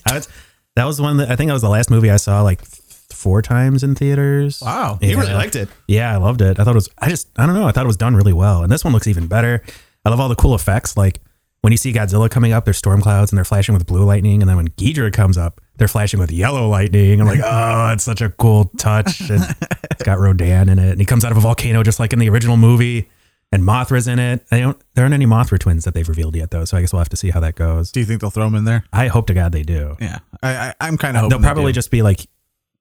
Speaker 2: I was, that was one that I think that was the last movie I saw like th- four times in theaters.
Speaker 3: Wow.
Speaker 1: You really liked it.
Speaker 2: Yeah, I loved it. I thought it was. I just. I don't know. I thought it was done really well, and this one looks even better. I love all the cool effects. Like when you see Godzilla coming up, there's storm clouds and they're flashing with blue lightning, and then when Ghidra comes up, they're flashing with yellow lightning. I'm like, oh, it's such a cool touch. And it's got Rodan in it, and he comes out of a volcano just like in the original movie. and Mothra's in it. I don't. There aren't any Mothra twins that they've revealed yet, though. So I guess we'll have to see how that goes.
Speaker 3: Do you think they'll throw him in there?
Speaker 2: I hope to God they do.
Speaker 3: Yeah, I, I I'm kind of.
Speaker 2: They'll probably just be like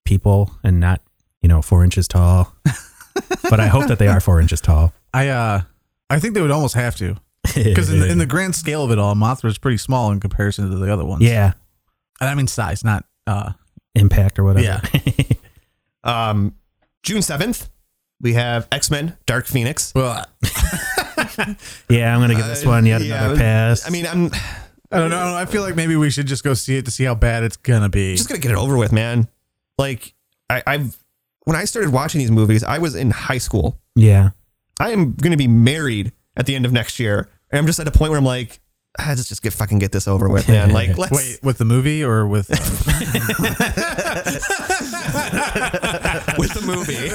Speaker 2: people and not you know four inches tall. but I hope that they are four inches tall.
Speaker 3: I uh, I think they would almost have to because in, the- in the grand scale of it all, Mothra is pretty small in comparison to the other ones.
Speaker 2: yeah
Speaker 3: and I mean size, not uh.
Speaker 2: impact or whatever.
Speaker 1: Um, June 7th, we have X Men Dark Phoenix.
Speaker 3: Well,
Speaker 2: yeah. I'm gonna give this one yet
Speaker 1: Uh, yeah,
Speaker 2: another pass.
Speaker 1: I mean, I'm
Speaker 3: I don't know. I feel like maybe we should just go see it to see how bad it's gonna be.
Speaker 1: just gonna get it over with, man. Like, I, I've when I started watching these movies, I was in high school.
Speaker 2: yeah.
Speaker 1: I am gonna be married at the end of next year, and I'm just at a point where I'm like, ah, let's just get fucking get this over with, man. Like, let's
Speaker 3: Wait, with the movie or with?
Speaker 1: with the movie.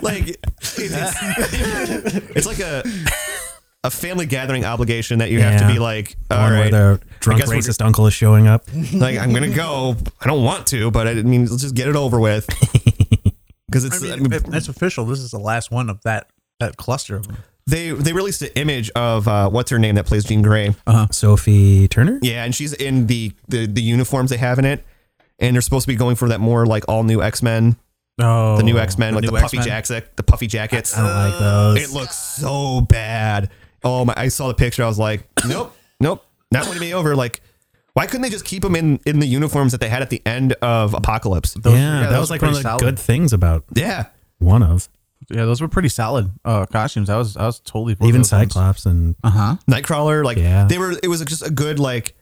Speaker 1: like it- it's, it's like a a family gathering obligation that you have to
Speaker 2: Yeah.
Speaker 1: be like,
Speaker 2: The
Speaker 1: all
Speaker 2: one
Speaker 1: right,
Speaker 2: where the drunk
Speaker 1: guess we're-
Speaker 2: racist uncle is showing up.
Speaker 1: like I'm gonna go. I don't want to, but I mean, let's just get it over with. Because it's I mean,
Speaker 3: that's official. This is the last one of that that cluster of them.
Speaker 1: they they released an image of uh, what's her name that plays Jean Grey.
Speaker 2: Sophie Turner.
Speaker 1: Yeah, and she's in the, the the uniforms they have in it, and they're supposed to be going for that more like all new X Men,
Speaker 3: Oh,
Speaker 1: the new X Men, like the
Speaker 3: new
Speaker 1: puffy
Speaker 3: X-Men.
Speaker 1: jacket, the puffy jackets.
Speaker 2: I don't like those.
Speaker 1: It looks so bad. Oh my! I saw the picture. I was like, nope, nope, not winning me over. Like, why couldn't they just keep them in in the uniforms that they had at the end of Apocalypse?
Speaker 3: Those-
Speaker 2: yeah, that was
Speaker 3: those were
Speaker 2: like one of the
Speaker 3: pretty solid.
Speaker 2: good things about
Speaker 1: Yeah,
Speaker 2: one of
Speaker 3: Yeah, those were pretty solid uh, costumes. I was I was totally for
Speaker 2: even
Speaker 3: those ones.
Speaker 2: Cyclops and
Speaker 3: Uh-huh.
Speaker 1: Nightcrawler. Like,
Speaker 2: Yeah.
Speaker 1: they were. It was just a good like.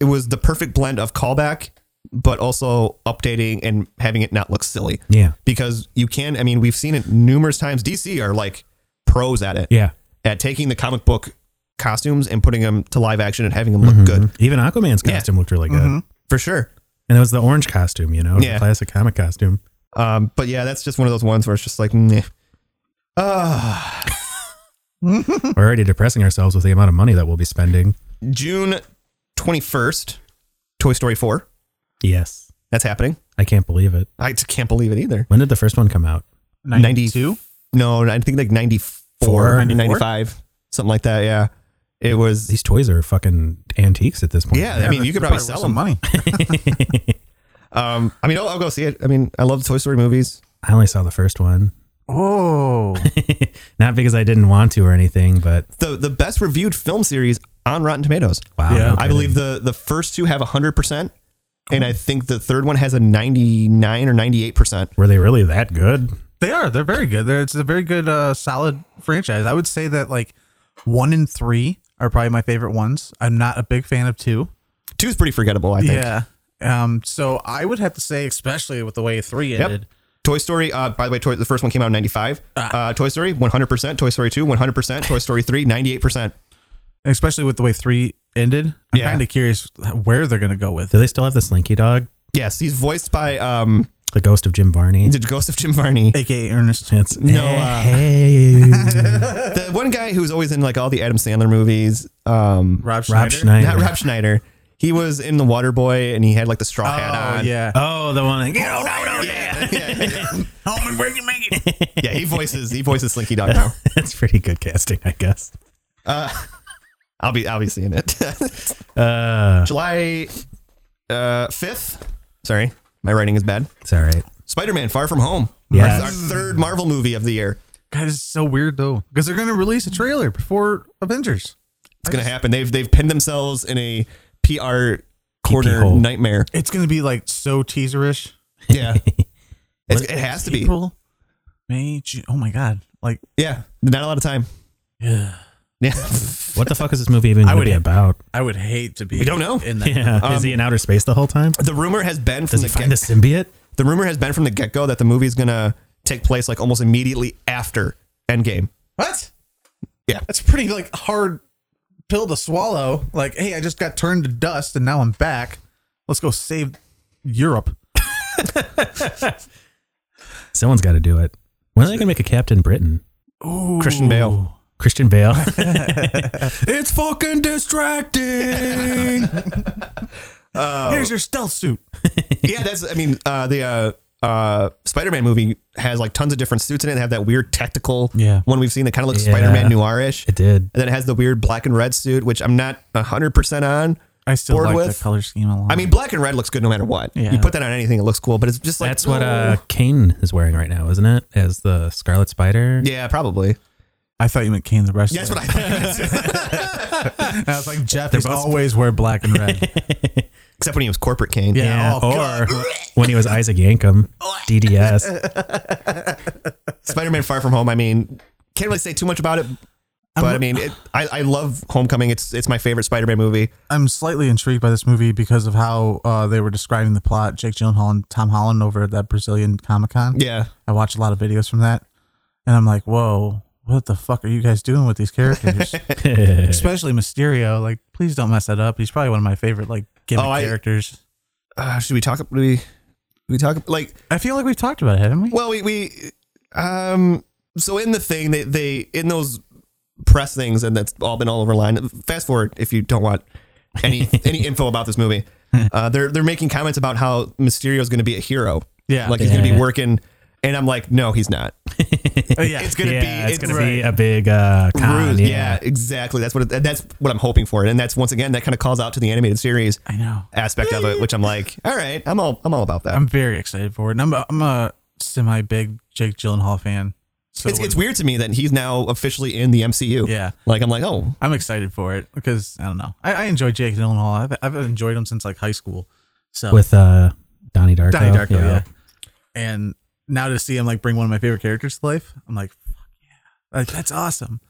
Speaker 1: It was the perfect blend of callback, but also updating and having it not look silly.
Speaker 2: yeah,
Speaker 1: Because you can. I mean, we've seen it numerous times. DC are like pros at it.
Speaker 2: yeah,
Speaker 1: At taking the comic book costumes and putting them to live action and having them look good
Speaker 2: even Aquaman's
Speaker 1: Yeah.
Speaker 2: costume looked really good,
Speaker 1: for sure.
Speaker 2: and it was the orange costume, you know,
Speaker 1: Yeah.
Speaker 2: the classic comic costume.
Speaker 1: Um, but yeah, that's just one of those ones where it's just like, meh. Uh,
Speaker 2: We're already depressing ourselves with the amount of money that we'll be spending.
Speaker 1: June 21st, Toy Story 4.
Speaker 2: Yes,
Speaker 1: That's happening.
Speaker 2: I can't believe it.
Speaker 1: I just can't believe it either.
Speaker 2: When did the first one come out?
Speaker 1: 92? No, I think like 94,
Speaker 2: 94?
Speaker 1: 95, something like that. Yeah. It was,
Speaker 2: These toys are fucking antiques at this point.
Speaker 1: yeah. I mean, you could probably sell
Speaker 3: some
Speaker 1: them.
Speaker 3: money.
Speaker 1: Um, I mean, I'll, I'll go see it. I mean, I love the Toy Story movies.
Speaker 2: I only saw the first one,
Speaker 3: Oh,
Speaker 2: not because I didn't want to or anything, but
Speaker 1: The, the best reviewed film series on Rotten Tomatoes.
Speaker 2: wow,
Speaker 3: Yeah.
Speaker 2: no
Speaker 1: I
Speaker 2: kidding.
Speaker 1: believe the, the first two have 100%. And I think the third one has a 99 or 98%.
Speaker 2: were they really that good?
Speaker 3: they are. They're very good. They're, it's a very good, uh, solid franchise. I would say that like one and three are probably my favorite ones. I'm not a big fan of two.
Speaker 1: Two's pretty forgettable, I think.
Speaker 3: Yeah. Um. So I would have to say, especially with the way three ended.
Speaker 1: Toy Story, uh, by the way, toy, the first one came out in 95.
Speaker 3: Ah.
Speaker 1: Uh, Toy Story, 100%. Toy Story 2, 100%. Toy Story 3, 98%.
Speaker 3: Especially with the way three ended. I'm
Speaker 1: Yeah.
Speaker 3: kind of curious where they're gonna go with
Speaker 2: Do
Speaker 3: it.
Speaker 2: they still have the Slinky Dog,
Speaker 1: Yes, he's voiced by um,
Speaker 2: the ghost of Jim Varney?
Speaker 1: the ghost of Jim Varney.
Speaker 3: AKA Ernest.
Speaker 2: It's
Speaker 1: No, uh,
Speaker 2: hey,
Speaker 1: The one guy who's always in like all the Adam Sandler movies, um,
Speaker 3: Rob Schneider.
Speaker 2: Rob Schneider.
Speaker 1: not Rob Schneider. He was in The Water Boy and he had like the straw hat
Speaker 3: Oh
Speaker 1: on.
Speaker 3: yeah.
Speaker 2: Oh, the one. Like, oh, no, no,
Speaker 1: Yeah, yeah, yeah.
Speaker 3: Home and where you make it.
Speaker 1: Yeah, he voices he voices Slinky Dog now.
Speaker 2: That's pretty good casting, I guess.
Speaker 1: I'll be I'll be seeing it.
Speaker 2: Uh,
Speaker 1: July uh, 5th. Sorry, my writing is bad.
Speaker 2: it's all right.
Speaker 1: Spider Man Far From Home. Our-
Speaker 2: Yes.
Speaker 1: Our, third Marvel movie of the year.
Speaker 3: God, it's so weird though, because they're gonna release a trailer before Avengers.
Speaker 1: It's going to happen. They've they've pinned themselves in a PR corner
Speaker 2: hole.
Speaker 1: nightmare.
Speaker 3: It's gonna be like so teaserish.
Speaker 1: Yeah. it's, it has to be.
Speaker 3: April, May, June. Oh my god! Like
Speaker 1: Yeah. Not a lot of time.
Speaker 3: Yeah.
Speaker 1: Yeah.
Speaker 2: What the fuck is this movie even going
Speaker 3: would-
Speaker 2: to be about?
Speaker 3: I would hate to be.
Speaker 1: We don't know.
Speaker 3: In that.
Speaker 2: Yeah. is
Speaker 1: Um,
Speaker 2: he in outer space the whole time?
Speaker 1: The rumor has been from
Speaker 2: Does
Speaker 1: the
Speaker 2: he
Speaker 1: get,
Speaker 2: find the symbiote?
Speaker 1: the rumor has been from the get go that the movie's going to take place like almost immediately after Endgame.
Speaker 3: What?
Speaker 1: Yeah.
Speaker 3: That's a pretty like hard pill to swallow. Like, hey, I just got turned to dust and now I'm back. Let's go save Europe.
Speaker 2: Someone's got to do it. When are they going to make a Captain Britain?
Speaker 1: Christian Bale.
Speaker 2: Christian Bale. it's fucking distracting.
Speaker 3: Here's your stealth suit.
Speaker 1: Yeah, that's I mean uh, the uh, uh, Spider-Man movie has like tons of different suits in it. They have that weird tactical
Speaker 3: Yeah.
Speaker 1: one we've seen that kind of looks
Speaker 2: Yeah.
Speaker 1: Spider-Man noirish,
Speaker 2: It did.
Speaker 1: and then it has the weird black and red suit, which I'm not hundred percent on.
Speaker 3: I still
Speaker 1: Bored
Speaker 3: like
Speaker 1: with?
Speaker 3: the color scheme a lot.
Speaker 1: I mean, black and red looks good no matter what.
Speaker 3: Yeah.
Speaker 1: You put that on anything, it looks cool. But it's just like
Speaker 2: That's what
Speaker 1: no.
Speaker 2: uh Kane is wearing right now, isn't it? As the Scarlet Spider.
Speaker 1: yeah, probably.
Speaker 3: I thought you meant Kane the Wrestler.
Speaker 1: Yeah, that's what I thought.
Speaker 3: And I was like, Jeff is
Speaker 2: both-
Speaker 3: always wear black and red.
Speaker 1: Except when he was corporate Kane.
Speaker 3: Yeah. Oh,
Speaker 2: or when he was Isaac Yankum, DDS.
Speaker 1: Spider-Man: Far From Home. I mean, can't really say too much about it, but i mean, it, I, I love Homecoming. It's it's my favorite Spider-Man movie.
Speaker 3: I'm slightly intrigued by this movie because of how uh, they were describing the plot. Jake Gyllenhaal and Tom Holland over at that Brazilian Comic Con.
Speaker 1: Yeah,
Speaker 3: I watch a lot of videos from that, and I'm like, whoa, what the fuck are you guys doing with these characters? Especially Mysterio. Like, please don't mess that up. He's probably one of my favorite like gimmick
Speaker 1: Oh, I-
Speaker 3: characters.
Speaker 1: uh, should we talk? Do we do we talk like
Speaker 3: I feel like we've talked about it, haven't we?
Speaker 1: well we we um so in the thing they they in those press things and that's all been all over line. Fast forward if you don't want any any info about this movie. Uh, they're they're making comments about how Mysterio is going to be a hero.
Speaker 3: Yeah.
Speaker 1: like he's going to
Speaker 2: Yeah.
Speaker 1: be working, and I'm like, no, he's not.
Speaker 3: Oh, yeah.
Speaker 1: It's going to
Speaker 2: yeah,
Speaker 1: be
Speaker 2: it's gonna be a big uh con.
Speaker 1: Rude.
Speaker 2: Yeah.
Speaker 1: Yeah. exactly. That's what it, that's what I'm hoping for, and that's once again that kind of calls out to the animated series
Speaker 3: I know.
Speaker 1: aspect of it, which I'm like, all right, I'm all I'm all about that.
Speaker 3: I'm very excited for it. And I'm a, I'm a semi big Jake Gyllenhaal fan. So
Speaker 1: it's, it's weird to me that he's now officially in the MCU.
Speaker 3: Yeah.
Speaker 1: like I'm like, oh,
Speaker 3: I'm excited for it because I don't know. I, I enjoy Jake Gyllenhaal. I've, I've enjoyed him since like high school. So
Speaker 2: With uh Donnie Darko.
Speaker 3: Donnie Darko, yeah. and now to see him like bring one of my favorite characters to life, I'm like, fuck yeah, like, that's awesome.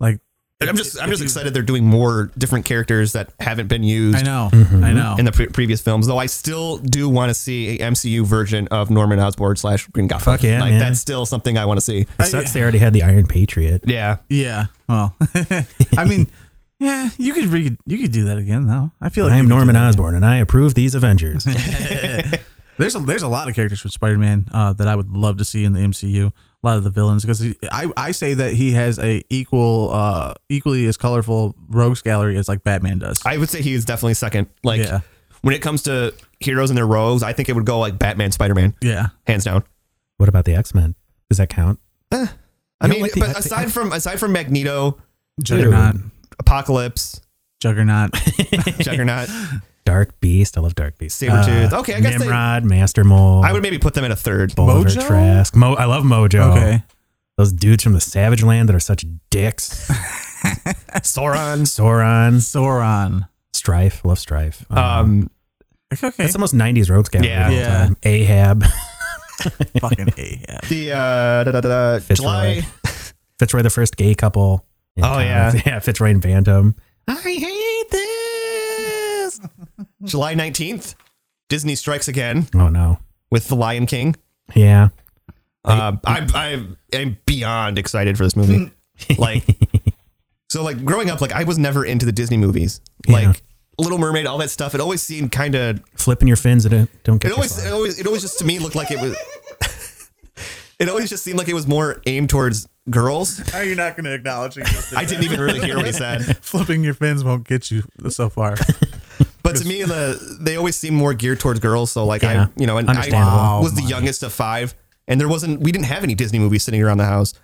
Speaker 3: Like
Speaker 1: and I'm just I'm just excited they're doing more different characters that haven't been used.
Speaker 3: I know,
Speaker 2: Mm-hmm.
Speaker 3: I know.
Speaker 1: In the pre- previous films, though, I still do want to see a MCU version of Norman Osborn slash Green Goblin.
Speaker 2: Fuck yeah,
Speaker 1: like
Speaker 2: man.
Speaker 1: that's still something I want to see.
Speaker 2: It sucks they already had the Iron Patriot.
Speaker 1: Yeah,
Speaker 3: yeah, well, I mean, yeah, you could read, you could do that again though. I feel like
Speaker 2: I am
Speaker 3: you could do
Speaker 2: Norman
Speaker 3: that.
Speaker 2: Osborn and I approve these Avengers.
Speaker 3: There's a, there's a lot of characters from Spider-Man uh, that I would love to see in the MCU. A lot of the villains because I I say that he has a equal uh equally as colorful rogues gallery as like Batman does.
Speaker 1: I would say he is definitely second. Like
Speaker 3: Yeah.
Speaker 1: when it comes to heroes and their roles, I think it would go like Batman, Spider Man,
Speaker 3: yeah,
Speaker 1: hands down.
Speaker 2: what about the X Men? Does that count?
Speaker 1: I
Speaker 2: You
Speaker 1: mean,
Speaker 2: don't like the-
Speaker 1: but aside from aside from Magneto,
Speaker 3: Juggernaut,
Speaker 1: Apocalypse,
Speaker 3: Juggernaut.
Speaker 1: Juggernaut,
Speaker 2: Dark Beast. I love Dark Beast. Uh,
Speaker 1: Sabretooth. Okay, I guess they-
Speaker 2: Nimrod, Master Mole.
Speaker 1: I would maybe put them at a third.
Speaker 2: Bolivar
Speaker 3: Mojo?
Speaker 2: Trask. Mo- I love Mojo.
Speaker 3: Okay,
Speaker 2: Those dudes from the Savage Land that are such dicks.
Speaker 1: Sauron.
Speaker 2: Sauron.
Speaker 3: Sauron.
Speaker 2: Strife. Love Strife. Um,
Speaker 1: Um,
Speaker 3: Okay, okay.
Speaker 2: that's the most 90s rogues gallery
Speaker 1: Yeah.
Speaker 2: of all
Speaker 3: Yeah.
Speaker 2: time. Ahab.
Speaker 3: fucking Ahab.
Speaker 1: the uh, da, da, da, da,
Speaker 2: Fitzroy.
Speaker 1: July.
Speaker 2: Fitzroy, the first gay couple. in
Speaker 1: Oh, yeah.
Speaker 2: Yeah, Fitzroy and Phantom.
Speaker 1: I hate this. July nineteenth, Disney strikes again
Speaker 2: Oh, no.
Speaker 1: with The Lion King.
Speaker 2: Yeah.
Speaker 1: Um, I, I am beyond excited for this movie.
Speaker 2: Mm.
Speaker 1: like, so like growing up, like I was never into the Disney movies. Like Little Mermaid, all that stuff. It always seemed kind of
Speaker 2: Flipping your fins and it don't get
Speaker 1: It always, it always, it always just to me looked like it was. it always just seemed like it was more aimed towards girls.
Speaker 3: How are you not going to acknowledge me? Just
Speaker 1: I didn't even really hear what he said,
Speaker 3: Flipping your fins won't get you so far.
Speaker 1: but to me, the they always seem more geared towards girls. So like
Speaker 2: Yeah.
Speaker 1: I, you know, and I
Speaker 2: Understandable. Oh
Speaker 1: was the youngest of five, and there wasn't we didn't have any Disney movies sitting around the house.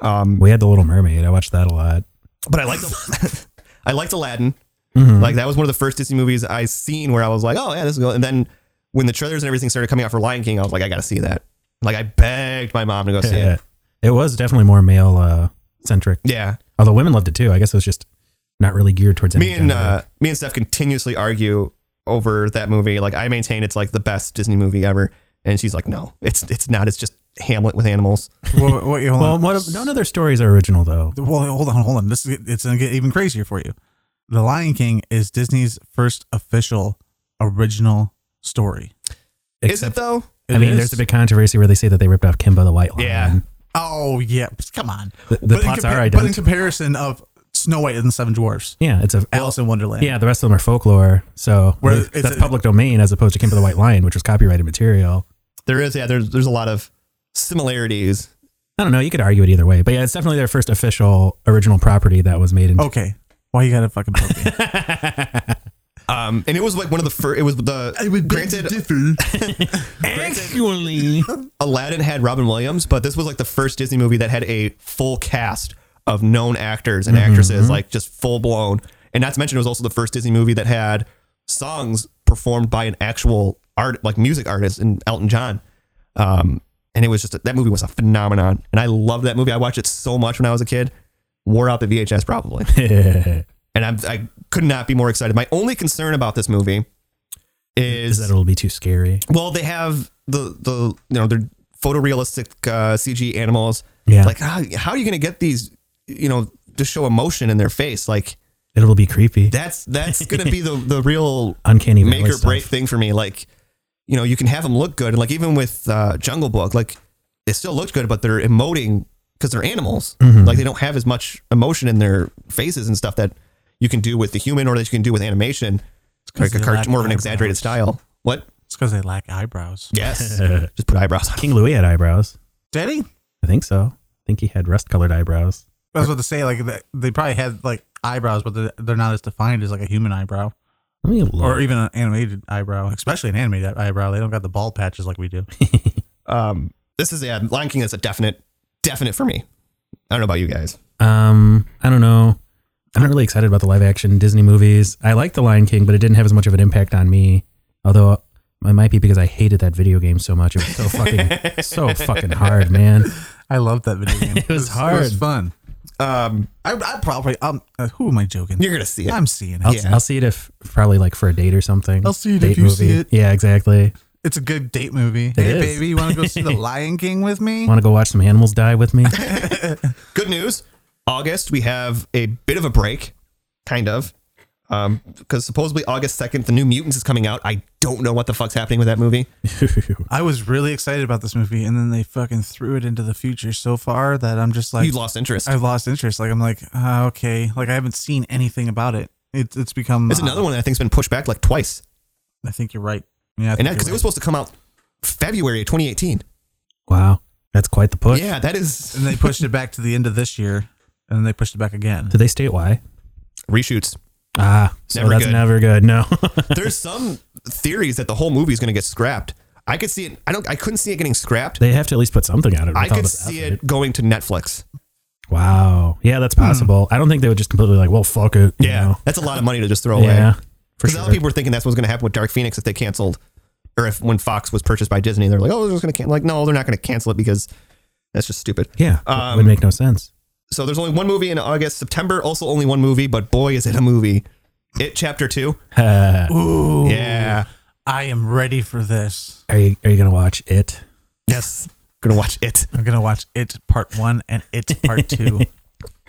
Speaker 1: Um,
Speaker 2: We had The Little Mermaid. I watched that a lot.
Speaker 1: but I liked I liked Aladdin. Like that was one of the first Disney movies I seen where I was like, oh yeah, this is good. And then when the trailers and everything started coming out for Lion King, I was like, I gotta see that. Like I begged my mom to go see
Speaker 2: Yeah.
Speaker 1: it.
Speaker 2: It was definitely more male uh, centric.
Speaker 1: Yeah.
Speaker 2: Although women loved it too. I guess it was just not really geared towards any
Speaker 1: me and
Speaker 2: gender.
Speaker 1: uh, me and Steph continuously argue over that movie. Like I maintain it's like the best Disney movie ever, and she's like, no, it's it's not. It's just Hamlet with animals.
Speaker 3: Well, wait, hold
Speaker 2: well,
Speaker 3: on.
Speaker 2: what, none of their stories are original though.
Speaker 3: Well, hold on, hold on. This is, it's going to get even crazier for you. The Lion King is Disney's first official original story.
Speaker 1: is it
Speaker 2: Except,
Speaker 1: though?
Speaker 2: I mean, there's a big controversy where they say that they ripped off Kimba the White Lion.
Speaker 1: Yeah.
Speaker 3: Oh yeah, come on.
Speaker 2: The- the
Speaker 3: But in
Speaker 2: plots are
Speaker 3: But in
Speaker 2: identical.
Speaker 3: comparison of Snow White and the Seven Dwarfs,
Speaker 2: yeah, it's a
Speaker 3: Alice in Wonderland.
Speaker 2: yeah. The rest of them are folklore, so
Speaker 3: Where
Speaker 2: that's
Speaker 3: it's a-
Speaker 2: public domain as opposed to Kimba the White Lion, which was copyrighted material.
Speaker 1: There is. Yeah. There's there's a lot of similarities.
Speaker 2: I don't know. You could argue it either way, but yeah, it's definitely their first
Speaker 1: Oh.
Speaker 2: official original property that was made in.
Speaker 3: Okay. Why you gotta fucking poke me?
Speaker 1: Um, and it was like one of the first. It was the granted
Speaker 2: Actually,
Speaker 1: Aladdin had Robin Williams, but this was like the first Disney movie that had a full cast of known actors and
Speaker 2: Mm-hmm,
Speaker 1: actresses, like just full blown. And not to mention, it was also the first Disney movie that had songs performed by an actual art, like music artist, and Elton John. Um, and it was just that movie was a phenomenon, and I loved that movie. I watched it so much when I was a kid. Wore out the VHS probably, and I'm, I could not be more excited. My only concern about this movie is,
Speaker 2: is that it'll be too scary?
Speaker 1: well, they have the the you know they're photorealistic uh, CG animals.
Speaker 2: Yeah.
Speaker 1: Like how, how are you going to get these you know to show emotion in their face? Like
Speaker 2: It'll be creepy.
Speaker 1: that's that's going to be the the real
Speaker 2: Uncanny
Speaker 1: make
Speaker 2: Valley
Speaker 1: or break
Speaker 2: stuff.
Speaker 1: thing for me. Like you know you can have them look good, and like even with uh, Jungle Book, like they still looked good, but they're emoting because they're animals. Like they don't have as much emotion in their faces and stuff that you can do with the human or that you can do with animation,
Speaker 3: 'cause
Speaker 1: like a
Speaker 3: they
Speaker 1: cart-
Speaker 3: lack
Speaker 1: more of an
Speaker 3: eyebrows.
Speaker 1: exaggerated style. What?
Speaker 3: It's because they lack eyebrows.
Speaker 1: Yes, just put eyebrows on.
Speaker 2: King Louis had eyebrows.
Speaker 3: Did he?
Speaker 2: I think so. I think he had rust colored eyebrows.
Speaker 3: I was about to say like they- they probably had like eyebrows, but they're, they're not as defined as like a human eyebrow
Speaker 2: Let me look.
Speaker 3: or even an animated eyebrow, especially an animated eyebrow. They don't got the bald patches like we do.
Speaker 1: um, this is yeah, Lion King is a definite, definite for me. I don't know about you guys.
Speaker 2: Um, I don't know. I'm not really excited about the live action Disney movies. I like The Lion King, but it didn't have as much of an impact on me. Although uh, it might be because I hated that video game so much. It was so fucking so fucking hard, man.
Speaker 3: I loved that video game.
Speaker 2: was
Speaker 3: it It was
Speaker 2: hard.
Speaker 3: fun.
Speaker 1: Um,
Speaker 3: I, I probably um uh, who am I joking?
Speaker 1: you're gonna see it.
Speaker 3: I'm seeing
Speaker 2: I'll,
Speaker 3: it.
Speaker 1: Yeah.
Speaker 2: I'll see it if probably like for a date or something.
Speaker 3: I'll see it
Speaker 2: date
Speaker 3: if you see it.
Speaker 2: Yeah, exactly.
Speaker 3: It's a good date movie. hey
Speaker 2: is.
Speaker 3: baby, you want to go see the Lion King with me?
Speaker 2: Want to go watch some animals die with me?
Speaker 1: Good news. August we have a bit of a break, kind of, um, because supposedly August second, the New Mutants is coming out. I don't know what the fuck's happening with that movie.
Speaker 3: I was really excited about this movie, and then they fucking threw it into the future so far that I'm just like,
Speaker 1: You lost interest.
Speaker 3: I've lost interest. Like I'm like, ah, okay, like I haven't seen anything about it. It's it's become.
Speaker 1: There's another one that I think's been pushed back like twice,
Speaker 3: I think you're right. Yeah, I
Speaker 1: and
Speaker 3: think
Speaker 1: that because it
Speaker 3: you're
Speaker 1: was supposed to come out February of 2018.
Speaker 2: wow, that's quite the push.
Speaker 1: Yeah, that is
Speaker 3: right. and they pushed it back to the end of this year, and then they pushed it back again.
Speaker 2: Did they state why?
Speaker 1: reshoots.
Speaker 2: Ah, so
Speaker 1: Never
Speaker 2: that's
Speaker 1: good.
Speaker 2: never good. No.
Speaker 1: There's some theories that the whole movie is gonna get scrapped. I could see it. I don't. I couldn't see it getting scrapped.
Speaker 2: they have to at least put something out of it.
Speaker 1: I
Speaker 2: with all
Speaker 1: could
Speaker 2: this
Speaker 1: see
Speaker 2: effort.
Speaker 1: it going to Netflix.
Speaker 2: Wow. Yeah, that's possible. I don't think they would just completely like, well, fuck it. you
Speaker 1: Yeah,
Speaker 2: know?
Speaker 1: that's a lot of money to just throw
Speaker 2: Yeah.
Speaker 1: away. Because a lot of people were thinking that's what's going to happen with Dark Phoenix if they canceled, or if when Fox was purchased by Disney, they're like, oh, they're just going to cancel. Like, no, they're not going to cancel it because that's just stupid.
Speaker 2: Yeah.
Speaker 1: Um,
Speaker 2: it would make no sense.
Speaker 1: So there's only one movie in August, September. Also, only one movie, but boy, is it a movie! It Chapter Two.
Speaker 2: Uh,
Speaker 3: Ooh,
Speaker 1: Yeah.
Speaker 3: I am ready for this.
Speaker 2: Are you are you gonna watch it?
Speaker 1: Yes. Gonna watch it.
Speaker 3: I'm gonna watch it part one and it part two.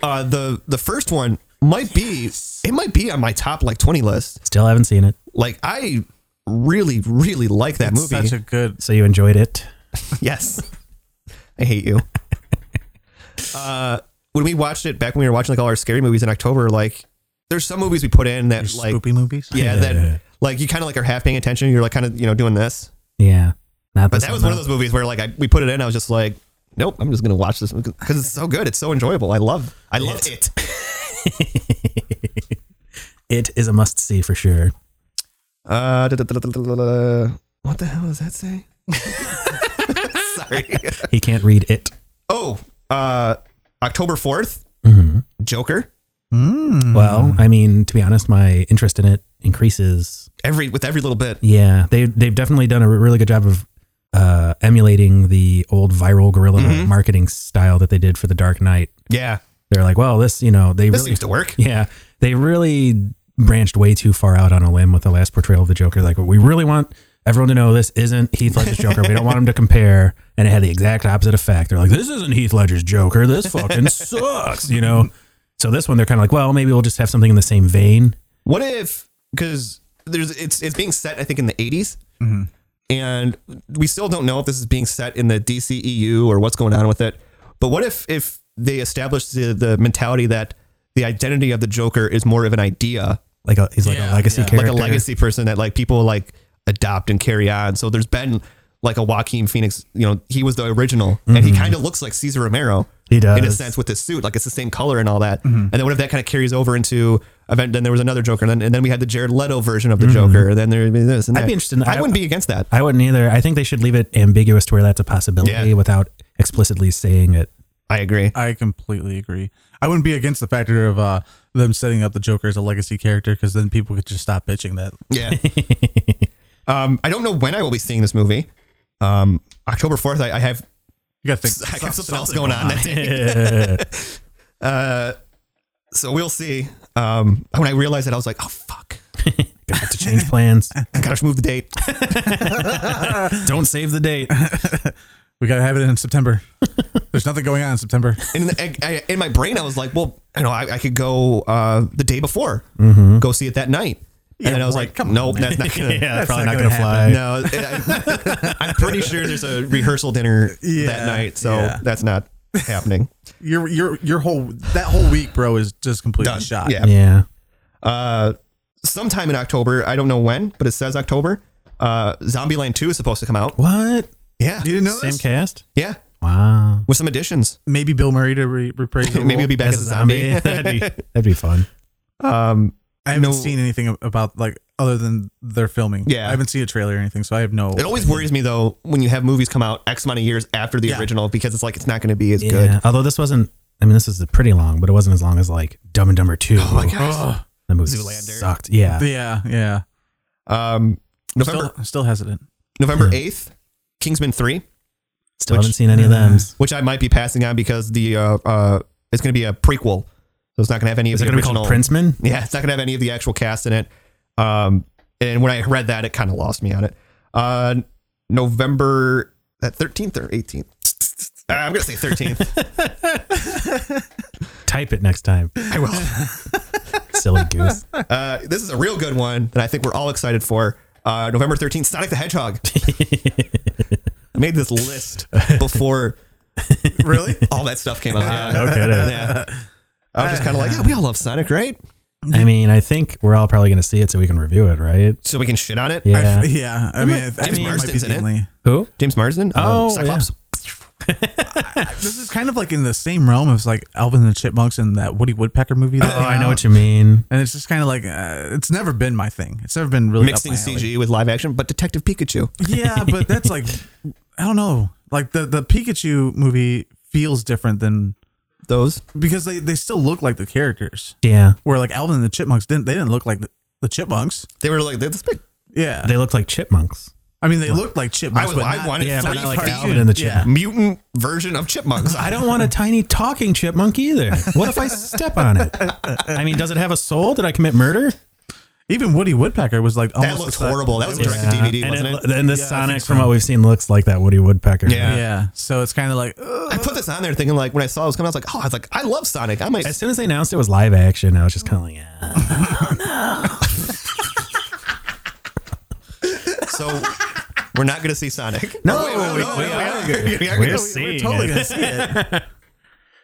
Speaker 1: Uh, the the first one might be it might be on my top like 20 list.
Speaker 2: Still haven't seen it.
Speaker 1: Like I really really like that
Speaker 3: It's
Speaker 1: movie.
Speaker 3: Such a good.
Speaker 2: So you enjoyed it?
Speaker 1: Yes. I hate you. uh, when we watched it back when we were watching like all our scary movies in October, like there's some movies we put in that like
Speaker 3: spoopy movies.
Speaker 1: yeah, that like you kind of like are half paying attention. You're like kind of you know doing this,
Speaker 2: Yeah. Not
Speaker 1: but
Speaker 2: this
Speaker 1: that was one of
Speaker 2: though.
Speaker 1: those movies where like I, we put it in. I was just like, nope, I'm just gonna watch this because it's so good. It's so enjoyable. I love I love it.
Speaker 2: It is a must see for sure.
Speaker 1: Uh, da- da- da- da- da- da- da. what the hell does that say? Sorry.
Speaker 2: He can't read it.
Speaker 1: Oh, uh, October 4th Joker. Hmm.
Speaker 2: Well, I mean, to be honest, my interest in it increases.
Speaker 1: Every with every little bit.
Speaker 2: Yeah. They they've definitely done a really good job of uh, emulating the old viral guerrilla
Speaker 1: Mm-hmm.
Speaker 2: marketing style that they did for the Dark Knight.
Speaker 1: Yeah.
Speaker 2: They're like, well, this, you know, they
Speaker 1: This
Speaker 2: really
Speaker 1: seems to work.
Speaker 2: Yeah, they really branched way too far out on a limb with the last portrayal of the Joker. Like, we really want everyone to know this isn't Heath Ledger's Joker. We don't want him to compare. And it had the exact opposite effect. They're like, this isn't Heath Ledger's Joker. This fucking sucks, you know? So this one, they're kind of like, well, maybe we'll just have something in the same vein.
Speaker 1: What if because there's it's it's being set I think in the 80s. And we still don't know if this is being set in the DCEU or what's going on with it. But what if if they establish the, the mentality that the identity of the Joker is more of an idea,
Speaker 2: Like, a, he's like a legacy character.
Speaker 1: like a legacy person that like people like adopt and carry on. So there's been like a Joaquin Phoenix. You know, he was the original, and he kind of looks like Caesar Romero
Speaker 2: Mm-hmm. He does. Mm-hmm.
Speaker 1: in a sense with his suit. Like it's the same color and all that. And then what if that kind of carries over into event? Then there was another Joker, and then, and then we had the Jared Leto version of the Joker. And then there would be this. And
Speaker 2: Mm-hmm. I'd
Speaker 1: that.
Speaker 2: be interested in-
Speaker 1: I wouldn't be against that.
Speaker 2: I wouldn't either. I think they should leave it ambiguous to where that's a possibility
Speaker 1: Yeah.
Speaker 2: without explicitly saying it.
Speaker 1: I agree.
Speaker 3: I completely agree. I wouldn't be against the factor of uh, them setting up the Joker as a legacy character because then people could just stop bitching that.
Speaker 1: Yeah. um, I don't know when I will be seeing this movie. Um, October fourth. I, I have
Speaker 3: You got to think.
Speaker 1: I got something else going on that day. uh, so we'll see. Um, when I realized that, I was like, oh fuck,
Speaker 2: Gonna have to change plans.
Speaker 1: I gotta move the date.
Speaker 2: Don't save the date.
Speaker 3: We got to have it in September. There's nothing going on in September.
Speaker 1: And I, I, in my brain, I was like, well, you know, I, I could go uh, the day before, go see it that night. and then I was like, no, that's not gonna.
Speaker 2: yeah, probably
Speaker 3: not
Speaker 2: not
Speaker 3: gonna
Speaker 2: gonna, fly.
Speaker 1: No, I, I'm pretty sure there's a rehearsal dinner that
Speaker 3: Yeah,
Speaker 1: night, so
Speaker 3: yeah.
Speaker 1: that's not happening.
Speaker 3: Your your your whole that whole week, bro, is just completely shot.
Speaker 1: Yeah.
Speaker 2: Yeah.
Speaker 1: Uh, sometime in October, I don't know when, but it says October. Uh, Zombieland 2 is supposed to come out.
Speaker 2: What?
Speaker 1: Yeah.
Speaker 3: You didn't know
Speaker 2: Same
Speaker 3: this?
Speaker 2: cast?
Speaker 1: Yeah.
Speaker 2: Wow.
Speaker 1: With some additions.
Speaker 3: Maybe Bill Murray to re- reprise the
Speaker 1: Maybe
Speaker 3: role.
Speaker 1: it'll be back as, a zombie.
Speaker 2: that'd, be, that'd be fun.
Speaker 1: Um,
Speaker 3: I haven't
Speaker 1: no-
Speaker 3: seen anything ab- about like other than they're filming.
Speaker 1: Yeah.
Speaker 3: I haven't seen a trailer or anything, so I have no.
Speaker 1: it always worries me though when you have movies come out X amount of years after the
Speaker 3: Yeah.
Speaker 1: original because it's like it's not going to be as good.
Speaker 2: Yeah. Although this wasn't, I mean, this is pretty long, but it wasn't as long as like Dumb and Dumber 2. Oh my
Speaker 3: Ugh.
Speaker 2: The movie
Speaker 1: Zoolander.
Speaker 2: sucked. Yeah.
Speaker 3: yeah, yeah.
Speaker 1: Um, November
Speaker 3: Still, still hesitant.
Speaker 1: November eighth, Kingsman three,
Speaker 2: Still
Speaker 1: Which-
Speaker 2: haven't seen any of them. Is
Speaker 1: which I might be passing on because the uh, uh, it's going to be a prequel, so it's not going to have any
Speaker 2: it
Speaker 1: of
Speaker 2: going
Speaker 1: the
Speaker 2: to be called
Speaker 1: original.
Speaker 2: Princeman?
Speaker 1: Yeah, it's not going to have any of the actual cast in it. Um, and when I read that, it kind of lost me on it. Uh, November that thirteenth or eighteenth. Uh, I'm gonna say thirteenth.
Speaker 2: Type it next time.
Speaker 1: I will.
Speaker 2: Silly goose.
Speaker 1: Uh, this is a real good one that I think we're all excited for. Uh, November 13th, Sonic the Hedgehog. I made this list before
Speaker 3: Really?
Speaker 1: all that stuff came out. Yeah.
Speaker 2: No kidding.
Speaker 1: Yeah. I was just kind of like, yeah, we all love Sonic, right?
Speaker 2: I mean, I think we're all probably going to see it so we can review it, right?
Speaker 1: So we can shit on it.
Speaker 2: Yeah.
Speaker 3: I- yeah. I mean, I,
Speaker 1: mean,
Speaker 3: think it might be
Speaker 1: Marsden's in
Speaker 3: the
Speaker 1: it.
Speaker 3: only.
Speaker 2: Who?
Speaker 1: James Marsden.
Speaker 2: Oh,
Speaker 1: uh, Cyclops.
Speaker 3: This is kind of like in the same realm as like Alvin and the Chipmunks and that Woody Woodpecker movie. That
Speaker 2: Oh, I know what you mean.
Speaker 3: And it's just kind of like uh, it's never been my thing. It's never been really up
Speaker 1: Mixing
Speaker 3: my alley.
Speaker 1: CG with live action, but Detective Pikachu.
Speaker 3: Yeah, but that's like I don't know. Like the the Pikachu movie feels different than
Speaker 1: Those.
Speaker 3: because they they still look like the characters.
Speaker 2: Yeah.
Speaker 3: Where like Alvin and the Chipmunks didn't they didn't look like the, the Chipmunks.
Speaker 1: They were like, they're this big.
Speaker 3: Yeah,
Speaker 2: They look like chipmunks.
Speaker 3: I mean they looked like Chipmunks.
Speaker 1: I was-
Speaker 3: but
Speaker 1: I
Speaker 3: not-
Speaker 1: wanted
Speaker 2: Yeah, but
Speaker 1: three
Speaker 2: not like
Speaker 1: cartoon-
Speaker 2: Alvin and the
Speaker 3: Yeah.
Speaker 2: Chipmunks.
Speaker 1: mutant version of chipmunks.
Speaker 2: I don't want a tiny talking chipmunk either. What if I step on it? I mean, does it have a soul? Did I commit murder?
Speaker 3: even Woody Woodpecker was like almost
Speaker 1: that looked
Speaker 3: the size-
Speaker 1: horrible. That was a direct to DVD,
Speaker 2: and
Speaker 1: wasn't it?
Speaker 2: And the
Speaker 3: I
Speaker 2: Sonic,
Speaker 3: think
Speaker 2: from what we've seen, looks like that Woody Woodpecker.
Speaker 1: Yeah.
Speaker 3: Yeah, so it's kind of like ugh.
Speaker 1: I put this on there thinking like when I saw it was coming, I was like, oh, I was like, I love Sonic. I might
Speaker 2: As soon as they announced it was live action, I was just kind of like, "Ah, yeah.
Speaker 1: So we're not going to see Sonic.
Speaker 2: No,
Speaker 1: we, are. We are
Speaker 2: We're
Speaker 1: gonna-
Speaker 2: seeing
Speaker 3: totally
Speaker 2: it.
Speaker 3: gonna see it.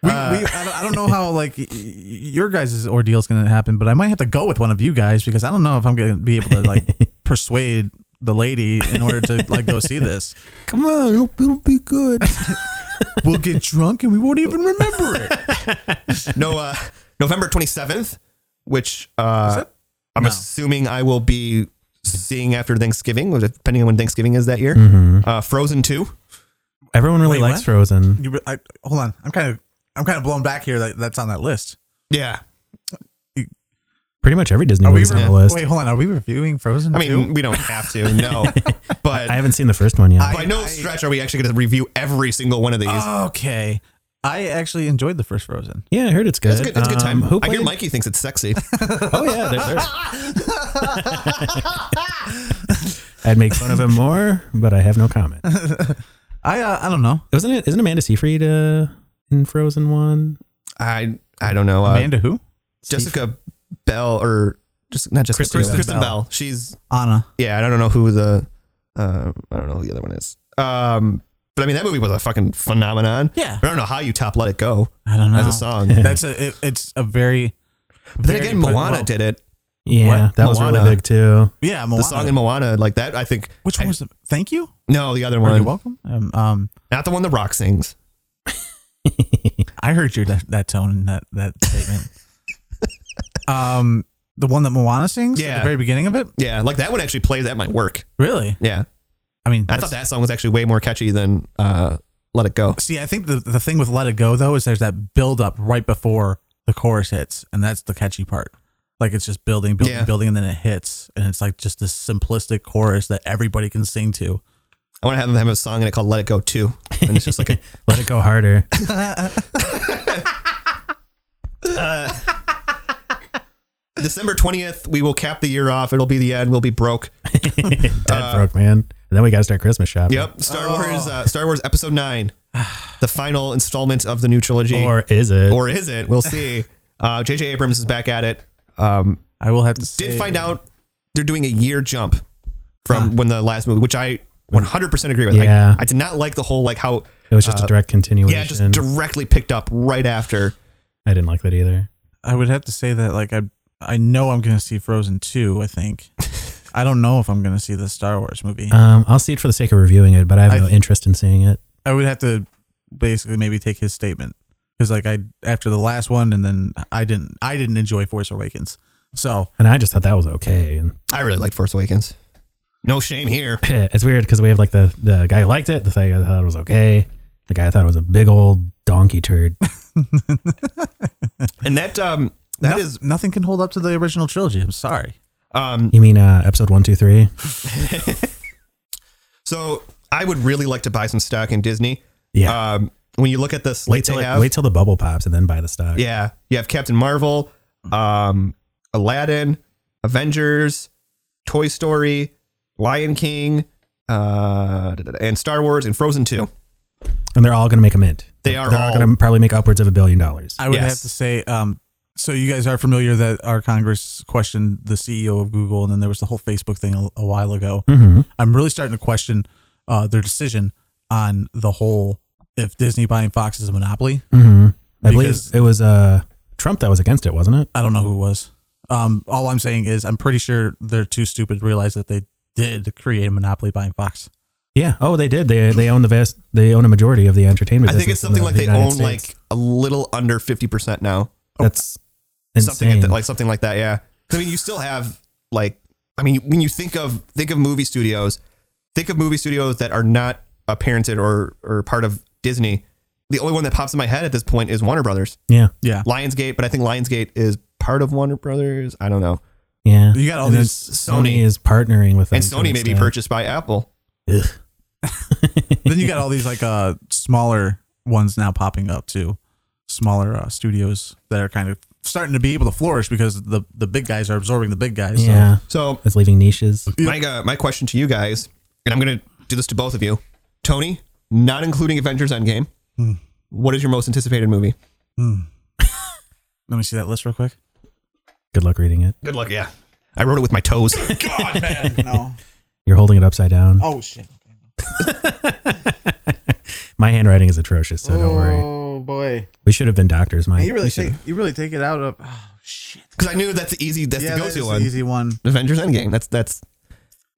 Speaker 3: We, we, I, don't, I don't know how like y- y- your guys' ordeal is going to happen, but I might have to go with one of you guys because I don't know if I'm going to be able to like persuade the lady in order to like go see this.
Speaker 2: Come on, it'll, it'll be good.
Speaker 3: We'll get drunk and we won't even remember it.
Speaker 1: No, uh, November 27th, which uh, I'm
Speaker 3: No.
Speaker 1: assuming I will be seeing after Thanksgiving, depending on when Thanksgiving is that year.
Speaker 2: Mm-hmm.
Speaker 1: Uh, Frozen 2.
Speaker 2: Everyone really
Speaker 3: Wait,
Speaker 2: likes
Speaker 3: what?
Speaker 2: Frozen.
Speaker 3: You, re- I, hold on, I'm kind of I'm kind of blown back here. That, that's on that list.
Speaker 1: Yeah.
Speaker 2: Pretty much every Disney
Speaker 3: Are we
Speaker 2: movie's on
Speaker 3: re-
Speaker 2: the list.
Speaker 3: wait? Hold on, are we reviewing Frozen?
Speaker 1: I mean,
Speaker 3: too?
Speaker 1: we don't have to, no. But
Speaker 2: I haven't seen the first one yet.
Speaker 1: by no stretch are we actually going to review every single one of
Speaker 2: Uh,
Speaker 1: these.
Speaker 3: okay. I actually enjoyed the first Frozen.
Speaker 2: yeah, I heard it's good.
Speaker 1: it's, a good, it's a good time.
Speaker 2: Um, who
Speaker 1: I
Speaker 2: played?
Speaker 1: hear Mikey thinks it's sexy.
Speaker 2: Oh yeah, they're, they're- I'd make fun of him more, but I have no comment.
Speaker 3: I uh, I don't know.
Speaker 2: Wasn't it? Isn't Amanda Seyfried uh, in Frozen One?
Speaker 1: I I don't know. Uh,
Speaker 3: Amanda who?
Speaker 1: Jessica Bell or just not Jessica
Speaker 2: Kristen
Speaker 1: Kristen, Kristen
Speaker 2: Bell.
Speaker 1: Bell. She's
Speaker 3: Anna.
Speaker 1: yeah, I don't know who the uh, I don't know who the other one is. Um, but I mean that movie was a fucking phenomenon.
Speaker 3: Yeah.
Speaker 1: I don't know how you top "Let It Go"
Speaker 3: I don't know.
Speaker 1: as a song.
Speaker 3: That's a it, it's a very.
Speaker 1: But then
Speaker 3: very
Speaker 1: again,
Speaker 3: put-
Speaker 1: Moana
Speaker 3: well,
Speaker 1: did it.
Speaker 2: Yeah,
Speaker 1: What?
Speaker 2: that was
Speaker 1: Moana.
Speaker 2: really big too.
Speaker 3: Yeah, Moana.
Speaker 1: The song in Moana, like that, I think.
Speaker 3: Which one was the? Thank you.
Speaker 1: No, the other
Speaker 3: Or
Speaker 1: one.
Speaker 3: You're welcome. Um, um,
Speaker 1: Not the one the rock sings.
Speaker 3: I heard your that, that tone and that that statement. um, the one that Moana sings at
Speaker 1: Yeah.
Speaker 3: the very beginning of it.
Speaker 1: Yeah, like that one actually plays at my work.
Speaker 3: Really?
Speaker 1: Yeah.
Speaker 3: I mean,
Speaker 1: I
Speaker 3: that's-
Speaker 1: thought that song was actually way more catchy than uh, Let It Go.
Speaker 3: See, I think the the thing with Let It Go though is there's that build up right before the chorus hits, and that's the catchy part. Like it's just building, building,
Speaker 1: Yeah.
Speaker 3: building, and then it hits, and it's like just this simplistic chorus that everybody can sing to.
Speaker 1: I want to have them have a song in it called Let It Go Too. And it's just like a,
Speaker 2: Let it go harder.
Speaker 1: December 20th, we will cap the year off. It'll be the end. We'll be broke.
Speaker 2: Dead broke man. And then we got to start Christmas shopping.
Speaker 1: Uh, Yep. Star
Speaker 2: Oh.
Speaker 1: Wars uh, Star Wars Episode 9, the final installment of the new trilogy.
Speaker 2: Or is it?
Speaker 1: Or is it? We'll see. Uh, J.J. Abrams is back at it. Um,
Speaker 3: I will have to say,
Speaker 1: did find out they're doing a year jump from when the last movie, which I 100% agree with. Like,
Speaker 2: Yeah.
Speaker 1: I did not like the whole, like, how,
Speaker 2: it was just a direct continuation.
Speaker 1: uh, yeah, just directly picked up right after.
Speaker 2: I didn't like that either.
Speaker 3: I would have to say that like I I know I'm gonna see Frozen two. I think I don't know if I'm gonna see the Star Wars movie.
Speaker 2: Um, I'll see it for the sake of reviewing it, but I have no
Speaker 3: I-
Speaker 2: interest in seeing it.
Speaker 3: I would have to basically maybe take his statement because like I after the last one, and then I didn't I didn't enjoy Force Awakens. So
Speaker 2: And I just thought that was okay. And
Speaker 1: I really like Force Awakens. No shame here.
Speaker 2: it's weird because we have like the the guy who liked it, the guy who thought it was okay, the guy who thought it was a big old donkey turd.
Speaker 1: And that um that
Speaker 3: no-
Speaker 1: is
Speaker 3: nothing can hold up to the original trilogy. I'm sorry.
Speaker 1: um
Speaker 2: You mean uh, episode one, two, three?
Speaker 1: so I would really like to buy some stock in Disney.
Speaker 2: Yeah.
Speaker 1: Um when you look at the slate
Speaker 2: wait till
Speaker 1: they
Speaker 2: it-
Speaker 1: have,
Speaker 2: wait till the bubble pops and then buy the stock.
Speaker 1: yeah, you have Captain Marvel, um Aladdin, Avengers, Toy Story, Lion King, uh and Star Wars and Frozen 2.
Speaker 2: And they're all going to make a mint.
Speaker 1: They are
Speaker 2: They're
Speaker 1: all-
Speaker 2: going to probably make upwards of a billion dollars.
Speaker 3: I would
Speaker 1: Yes.
Speaker 3: have to say, um, so you guys are familiar that our Congress questioned the CEO of Google, and then there was the whole Facebook thing a, a while ago. I'm really starting to question uh, their decision on the whole if Disney buying Fox is a monopoly.
Speaker 2: I believe
Speaker 3: Because-
Speaker 2: it was uh, Trump that was against it, wasn't it?
Speaker 3: I don't know who it was. Um, all I'm saying is I'm pretty sure they're too stupid to realize that they did create a monopoly buying Fox.
Speaker 2: Yeah. Oh, they did. They they own the vast. They own a majority of the entertainment.
Speaker 1: I think
Speaker 2: business
Speaker 1: it's something
Speaker 2: in the
Speaker 1: like they
Speaker 2: United
Speaker 1: own
Speaker 2: States.
Speaker 1: like a little under 50% now.
Speaker 2: that's insane.
Speaker 1: something at that, like something like that. Yeah. 'Cause, I mean, you still have like, I mean, when you think of think of movie studios, think of movie studios that are not uh, parented or or part of Disney. The only one that pops in my head at this point is Warner Brothers,
Speaker 2: yeah.
Speaker 3: Yeah.
Speaker 1: Lionsgate, but I think Lionsgate is part of Warner Brothers. I don't know.
Speaker 2: Yeah.
Speaker 3: You got all
Speaker 2: And then
Speaker 3: these
Speaker 2: Sony,
Speaker 1: Sony-
Speaker 2: is partnering with them. uh,
Speaker 1: And
Speaker 2: to
Speaker 1: Sony
Speaker 2: an
Speaker 1: may be
Speaker 2: extent.
Speaker 1: purchased by Apple.
Speaker 3: then you got all these like uh smaller ones now popping up too smaller uh, studios that are kind of starting to be able to flourish because the the big guys are absorbing the big guys so-
Speaker 2: Yeah.
Speaker 1: So
Speaker 2: It's leaving niches.
Speaker 1: my uh, my question to you guys, and I'm gonna do this to both of you, Tony, not including Avengers Endgame. What is your most anticipated movie?
Speaker 3: let me see that list real quick
Speaker 2: Good luck reading it.
Speaker 1: Good luck. Yeah, I wrote it with my toes.
Speaker 3: no
Speaker 2: You're holding it upside down.
Speaker 3: oh shit
Speaker 2: My handwriting is atrocious, so don't worry.
Speaker 3: oh boy
Speaker 2: We should have been doctors, Mike.
Speaker 3: you really take you really take it out of oh shit
Speaker 1: Because I knew that's the easy, that's
Speaker 3: yeah
Speaker 1: the
Speaker 3: that's
Speaker 1: go-to
Speaker 3: the
Speaker 1: one.
Speaker 3: easy one
Speaker 1: Avengers Endgame. That's that's.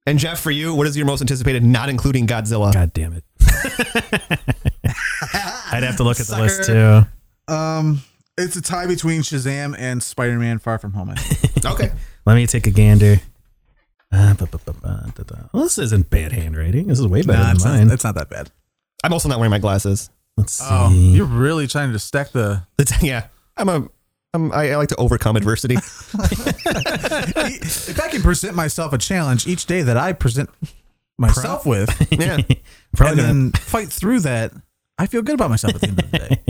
Speaker 1: And Jeff, for you, what is your most anticipated, not including Godzilla?
Speaker 2: God damn it. I'd have to look at the list
Speaker 3: Sucker.
Speaker 2: too.
Speaker 3: um it's a tie between Shazam and Spider-Man Far From Home. I think.
Speaker 1: Okay,
Speaker 2: Let me take a gander. Ah, ba, ba, ba, ba, da, da. Well, this isn't bad handwriting. This is way better
Speaker 3: nah,
Speaker 2: than
Speaker 3: it's
Speaker 2: mine.
Speaker 3: not, it's not that bad.
Speaker 1: I'm also not wearing my glasses.
Speaker 2: Let's see.
Speaker 3: Oh, you're really trying to stack the.
Speaker 1: That's- yeah, I'm a, I'm, I, I like to overcome adversity.
Speaker 3: If I can present myself a challenge each day that I present myself with,
Speaker 1: Yeah,
Speaker 2: Probably gonna-
Speaker 3: and then fight through that, I feel good about myself at the end of the day.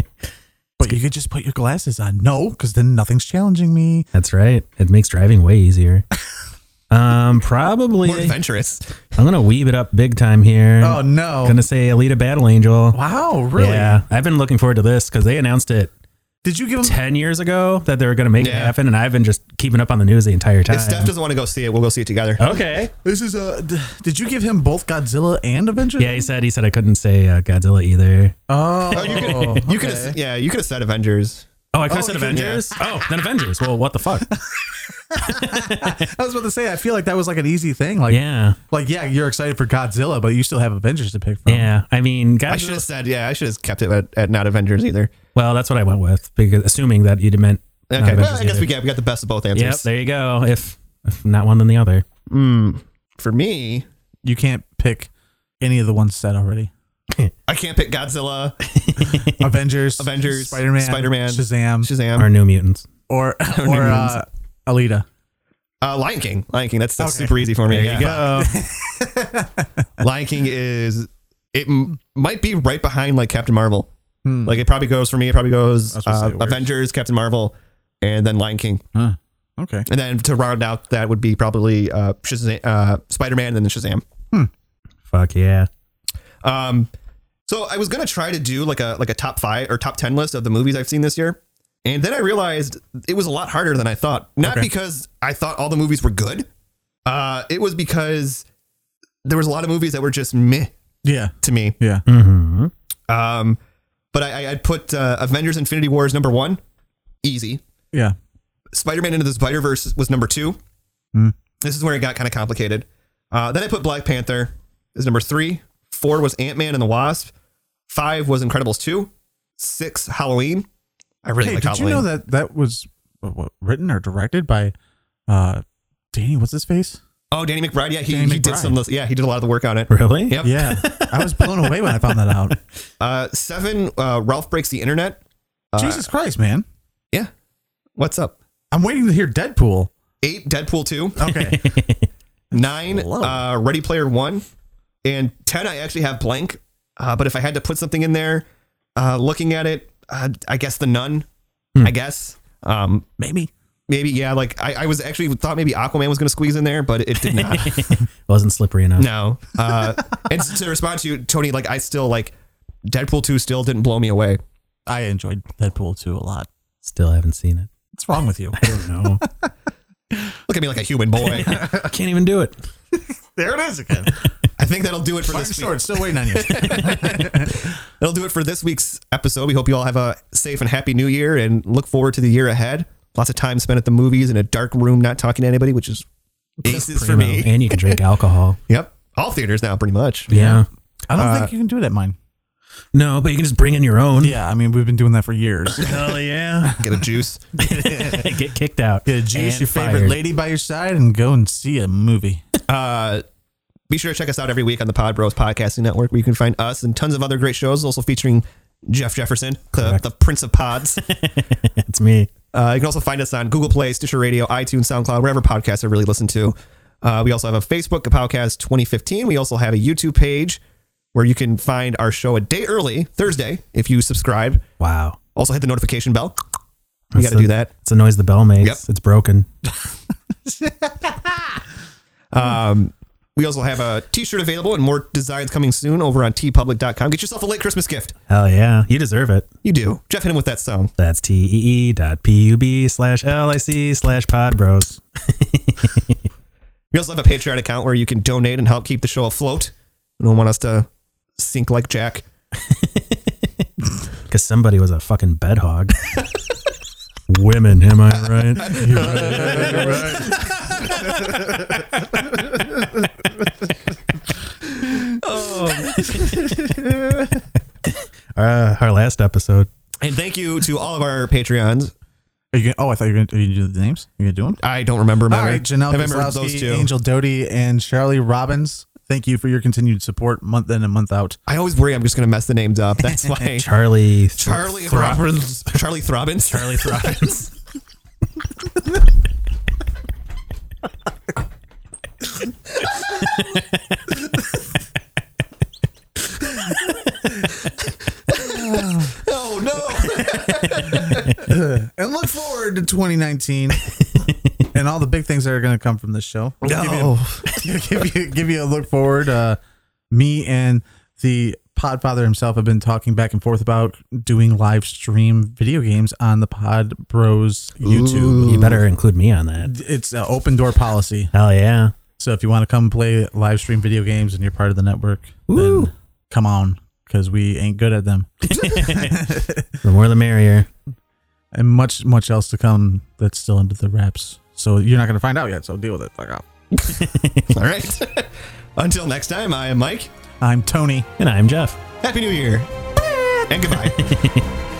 Speaker 3: But you could just put your glasses on. No, because then nothing's challenging me.
Speaker 2: That's right. It makes driving way easier. um, probably
Speaker 1: more adventurous.
Speaker 2: I'm gonna weave it up big time here.
Speaker 3: Oh no!
Speaker 2: Gonna say Alita Battle Angel.
Speaker 3: wow, really?
Speaker 2: Yeah, I've been looking forward to this because they announced it
Speaker 3: Did you give him?
Speaker 2: ten years ago that they were gonna make it
Speaker 1: Yeah.
Speaker 2: happen, and I've been just keeping up on the news the entire time.
Speaker 1: If Steph doesn't want to go see it, we'll go see it together.
Speaker 2: okay.
Speaker 3: This is a. d- Did you give him both Godzilla and Avengers?
Speaker 2: Yeah, he said he said I couldn't say uh, Godzilla either.
Speaker 3: Oh,
Speaker 1: you could, you could, have, yeah, you could have said Avengers.
Speaker 2: Oh, I could
Speaker 1: you
Speaker 2: have said
Speaker 1: could've-
Speaker 2: Avengers. Oh, then Avengers. Well, what the fuck?
Speaker 3: I was about to say, I feel like that was like an easy thing. Like,
Speaker 2: Oh, yeah,
Speaker 3: like yeah, you're excited for Godzilla, but you still have Avengers to pick from.
Speaker 2: yeah. I mean,
Speaker 1: I
Speaker 2: guys,
Speaker 1: should have said, yeah, I should have kept it at, at not Avengers either.
Speaker 2: well, that's what I went with because assuming that you'd meant not
Speaker 1: Okay, well,
Speaker 2: Avengers
Speaker 1: I guess
Speaker 2: either.
Speaker 1: we got we got the best of both answers.
Speaker 2: Yep, there you go. If if not one, then the other.
Speaker 1: For me,
Speaker 3: You can't pick any of the ones said already.
Speaker 1: I can't pick Godzilla,
Speaker 3: Avengers,
Speaker 1: Avengers,
Speaker 3: Spider Man,
Speaker 1: Spider-Man,
Speaker 3: Shazam,
Speaker 1: Shazam,
Speaker 2: Or New Mutants.
Speaker 3: or or uh, Alita.
Speaker 1: uh, Lion King. Lion King. That's, that's
Speaker 3: Okay.
Speaker 1: super easy for me.
Speaker 2: There
Speaker 1: yeah.
Speaker 2: you go.
Speaker 1: Lion King is it m- might be right behind like Captain Marvel.
Speaker 2: Hmm.
Speaker 1: Like it probably goes for me. It probably goes
Speaker 3: was gonna say,
Speaker 1: uh,
Speaker 3: where's-
Speaker 1: Avengers, Captain Marvel, and then Lion King.
Speaker 3: Huh. Okay.
Speaker 1: And then to round out that would be probably uh, Shazam, uh, Spider Man, and then Shazam.
Speaker 2: Fuck yeah.
Speaker 1: Um, so I was gonna try to do like a like a top five or top ten list of the movies I've seen this year, and then I realized it was a lot harder than I thought. Not because I thought all the movies were good. Uh, it was because there was a lot of movies that were just meh
Speaker 3: Yeah.
Speaker 1: to me.
Speaker 3: Yeah.
Speaker 2: Mm-hmm.
Speaker 1: Um, but I, I I'd put uh, Avengers: Infinity War is number one, easy.
Speaker 3: Yeah.
Speaker 1: Spider Man Into the Spider Verse was number two.
Speaker 3: Hmm.
Speaker 1: This is where it got kind of complicated. Uh, then I put Black Panther as number three. Four was Ant Man and the Wasp. Five was Incredibles two. Six Halloween. I really
Speaker 3: Hey,
Speaker 1: like
Speaker 3: did you
Speaker 1: Halloween.
Speaker 3: know that that was what, what, written or directed by uh, Danny? What's his face?
Speaker 1: oh, Danny McBride. Yeah, he,
Speaker 3: Danny
Speaker 1: he did
Speaker 3: McBride.
Speaker 1: some. list- Yeah, he did a lot of the work on it.
Speaker 2: Really?
Speaker 1: Yep.
Speaker 3: Yeah, I was blown away when I found that out.
Speaker 1: Uh, seven uh, Ralph breaks the internet.
Speaker 3: Jesus Christ, man!
Speaker 1: Yeah. What's up?
Speaker 3: I'm waiting to hear Deadpool.
Speaker 1: Eight Deadpool two.
Speaker 3: Okay,
Speaker 1: Nine
Speaker 3: Whoa.
Speaker 1: uh, Ready Player One. And ten I actually have blank. Uh, but if I had to put something in there, uh, looking at it, uh, I guess the Nun. I guess. Um,
Speaker 3: maybe.
Speaker 1: Maybe, yeah. Like I, I was actually thought maybe Aquaman was going to squeeze in there, but it did not.
Speaker 2: Wasn't slippery enough.
Speaker 1: no. Uh, and to respond to you, Tony, like I still like Deadpool two still didn't blow me away.
Speaker 3: I enjoyed Deadpool too a lot.
Speaker 2: Still haven't seen it.
Speaker 3: What's wrong with you?
Speaker 2: No.
Speaker 1: Look at me like a human boy.
Speaker 2: Can't even do it.
Speaker 3: there it is again.
Speaker 1: I think that'll do it for
Speaker 3: Martin
Speaker 1: this. Week.
Speaker 3: Short, still waiting on you.
Speaker 1: That'll do it for this week's episode. We hope you all have a safe and happy New Year, and look forward to the year ahead. Lots of time spent at the movies in a dark room, not talking to anybody, which is aces for me.
Speaker 2: And you can drink alcohol.
Speaker 1: Yep, all theaters now, pretty much.
Speaker 2: Yeah.
Speaker 3: I don't think you can do it at mine.
Speaker 2: No, but you can just bring in your own.
Speaker 3: Yeah, I mean we've been doing that for years.
Speaker 2: Hell yeah.
Speaker 1: Get a juice.
Speaker 2: Get kicked out.
Speaker 3: Yeah, juice
Speaker 2: And
Speaker 3: your favorite
Speaker 2: fired.
Speaker 3: lady by your side and go and see a movie.
Speaker 1: Uh, be sure to check us out every week on the Pod Bros Podcasting Network, where you can find us and tons of other great shows, also featuring Jeff Jefferson, the, the Prince of Pods.
Speaker 2: It's me.
Speaker 1: uh, you can also find us on Google Play, Stitcher Radio, iTunes, SoundCloud, wherever podcasts are really listened to. Uh, we also have a Facebook, Podcast 2015. We also have a YouTube page where you can find our show a day early, Thursday, if you subscribe.
Speaker 2: Wow.
Speaker 1: Also hit the notification bell. You got to
Speaker 2: the-
Speaker 1: do that.
Speaker 2: It's the noise the bell makes.
Speaker 1: Yep.
Speaker 2: It's broken.
Speaker 1: We also have a t-shirt available and more designs coming soon over on tpublic.com. Get yourself a late Christmas gift.
Speaker 2: Hell yeah. You deserve it.
Speaker 1: You do. Jeff hit him with that song.
Speaker 2: That's T-E-E dot P-U-B slash L-I-C slash pod bros.
Speaker 1: We also have a Patreon account where you can donate and help keep the show afloat. We don't want us to sink like Jack.
Speaker 2: Because somebody was a fucking bed hog. Women, am I right? Uh, our last episode.
Speaker 1: And thank you to all of our Patreons.
Speaker 3: Are you gonna, oh, I thought you were going to do the names. You going to do them?
Speaker 1: I don't remember my
Speaker 3: All right, Janelle
Speaker 1: I remember
Speaker 3: Kozlowski,
Speaker 1: those two.
Speaker 3: Angel Doty, and Charlie Robbins. Thank you for your continued support month in and month out.
Speaker 1: I always worry I'm just going to mess the names up. That's why
Speaker 2: Charlie.
Speaker 1: Charlie Throbbins. Charlie Throbbins. Charlie Throbbins. oh no!
Speaker 3: And look forward to 2019 and all the big things that are going to come from this show. We'll Give, you, give, you, give you a look forward. Uh, me and the Podfather himself have been talking back and forth about doing live stream video games on the Pod Bros YouTube.
Speaker 2: You better include me on that.
Speaker 3: It's uh, open door policy.
Speaker 2: Hell yeah.
Speaker 3: So if you want to come play live stream video games and you're part of the network,
Speaker 2: Woo.
Speaker 3: then come on because we ain't good at them.
Speaker 2: The more the merrier.
Speaker 3: And much, much else to come that's still under the wraps. So you're not going to find out yet. So deal with it. Fuck off.
Speaker 1: All right. Until next time, I am Mike.
Speaker 3: I'm Tony.
Speaker 2: And I'm Jeff.
Speaker 1: Happy New Year. And goodbye.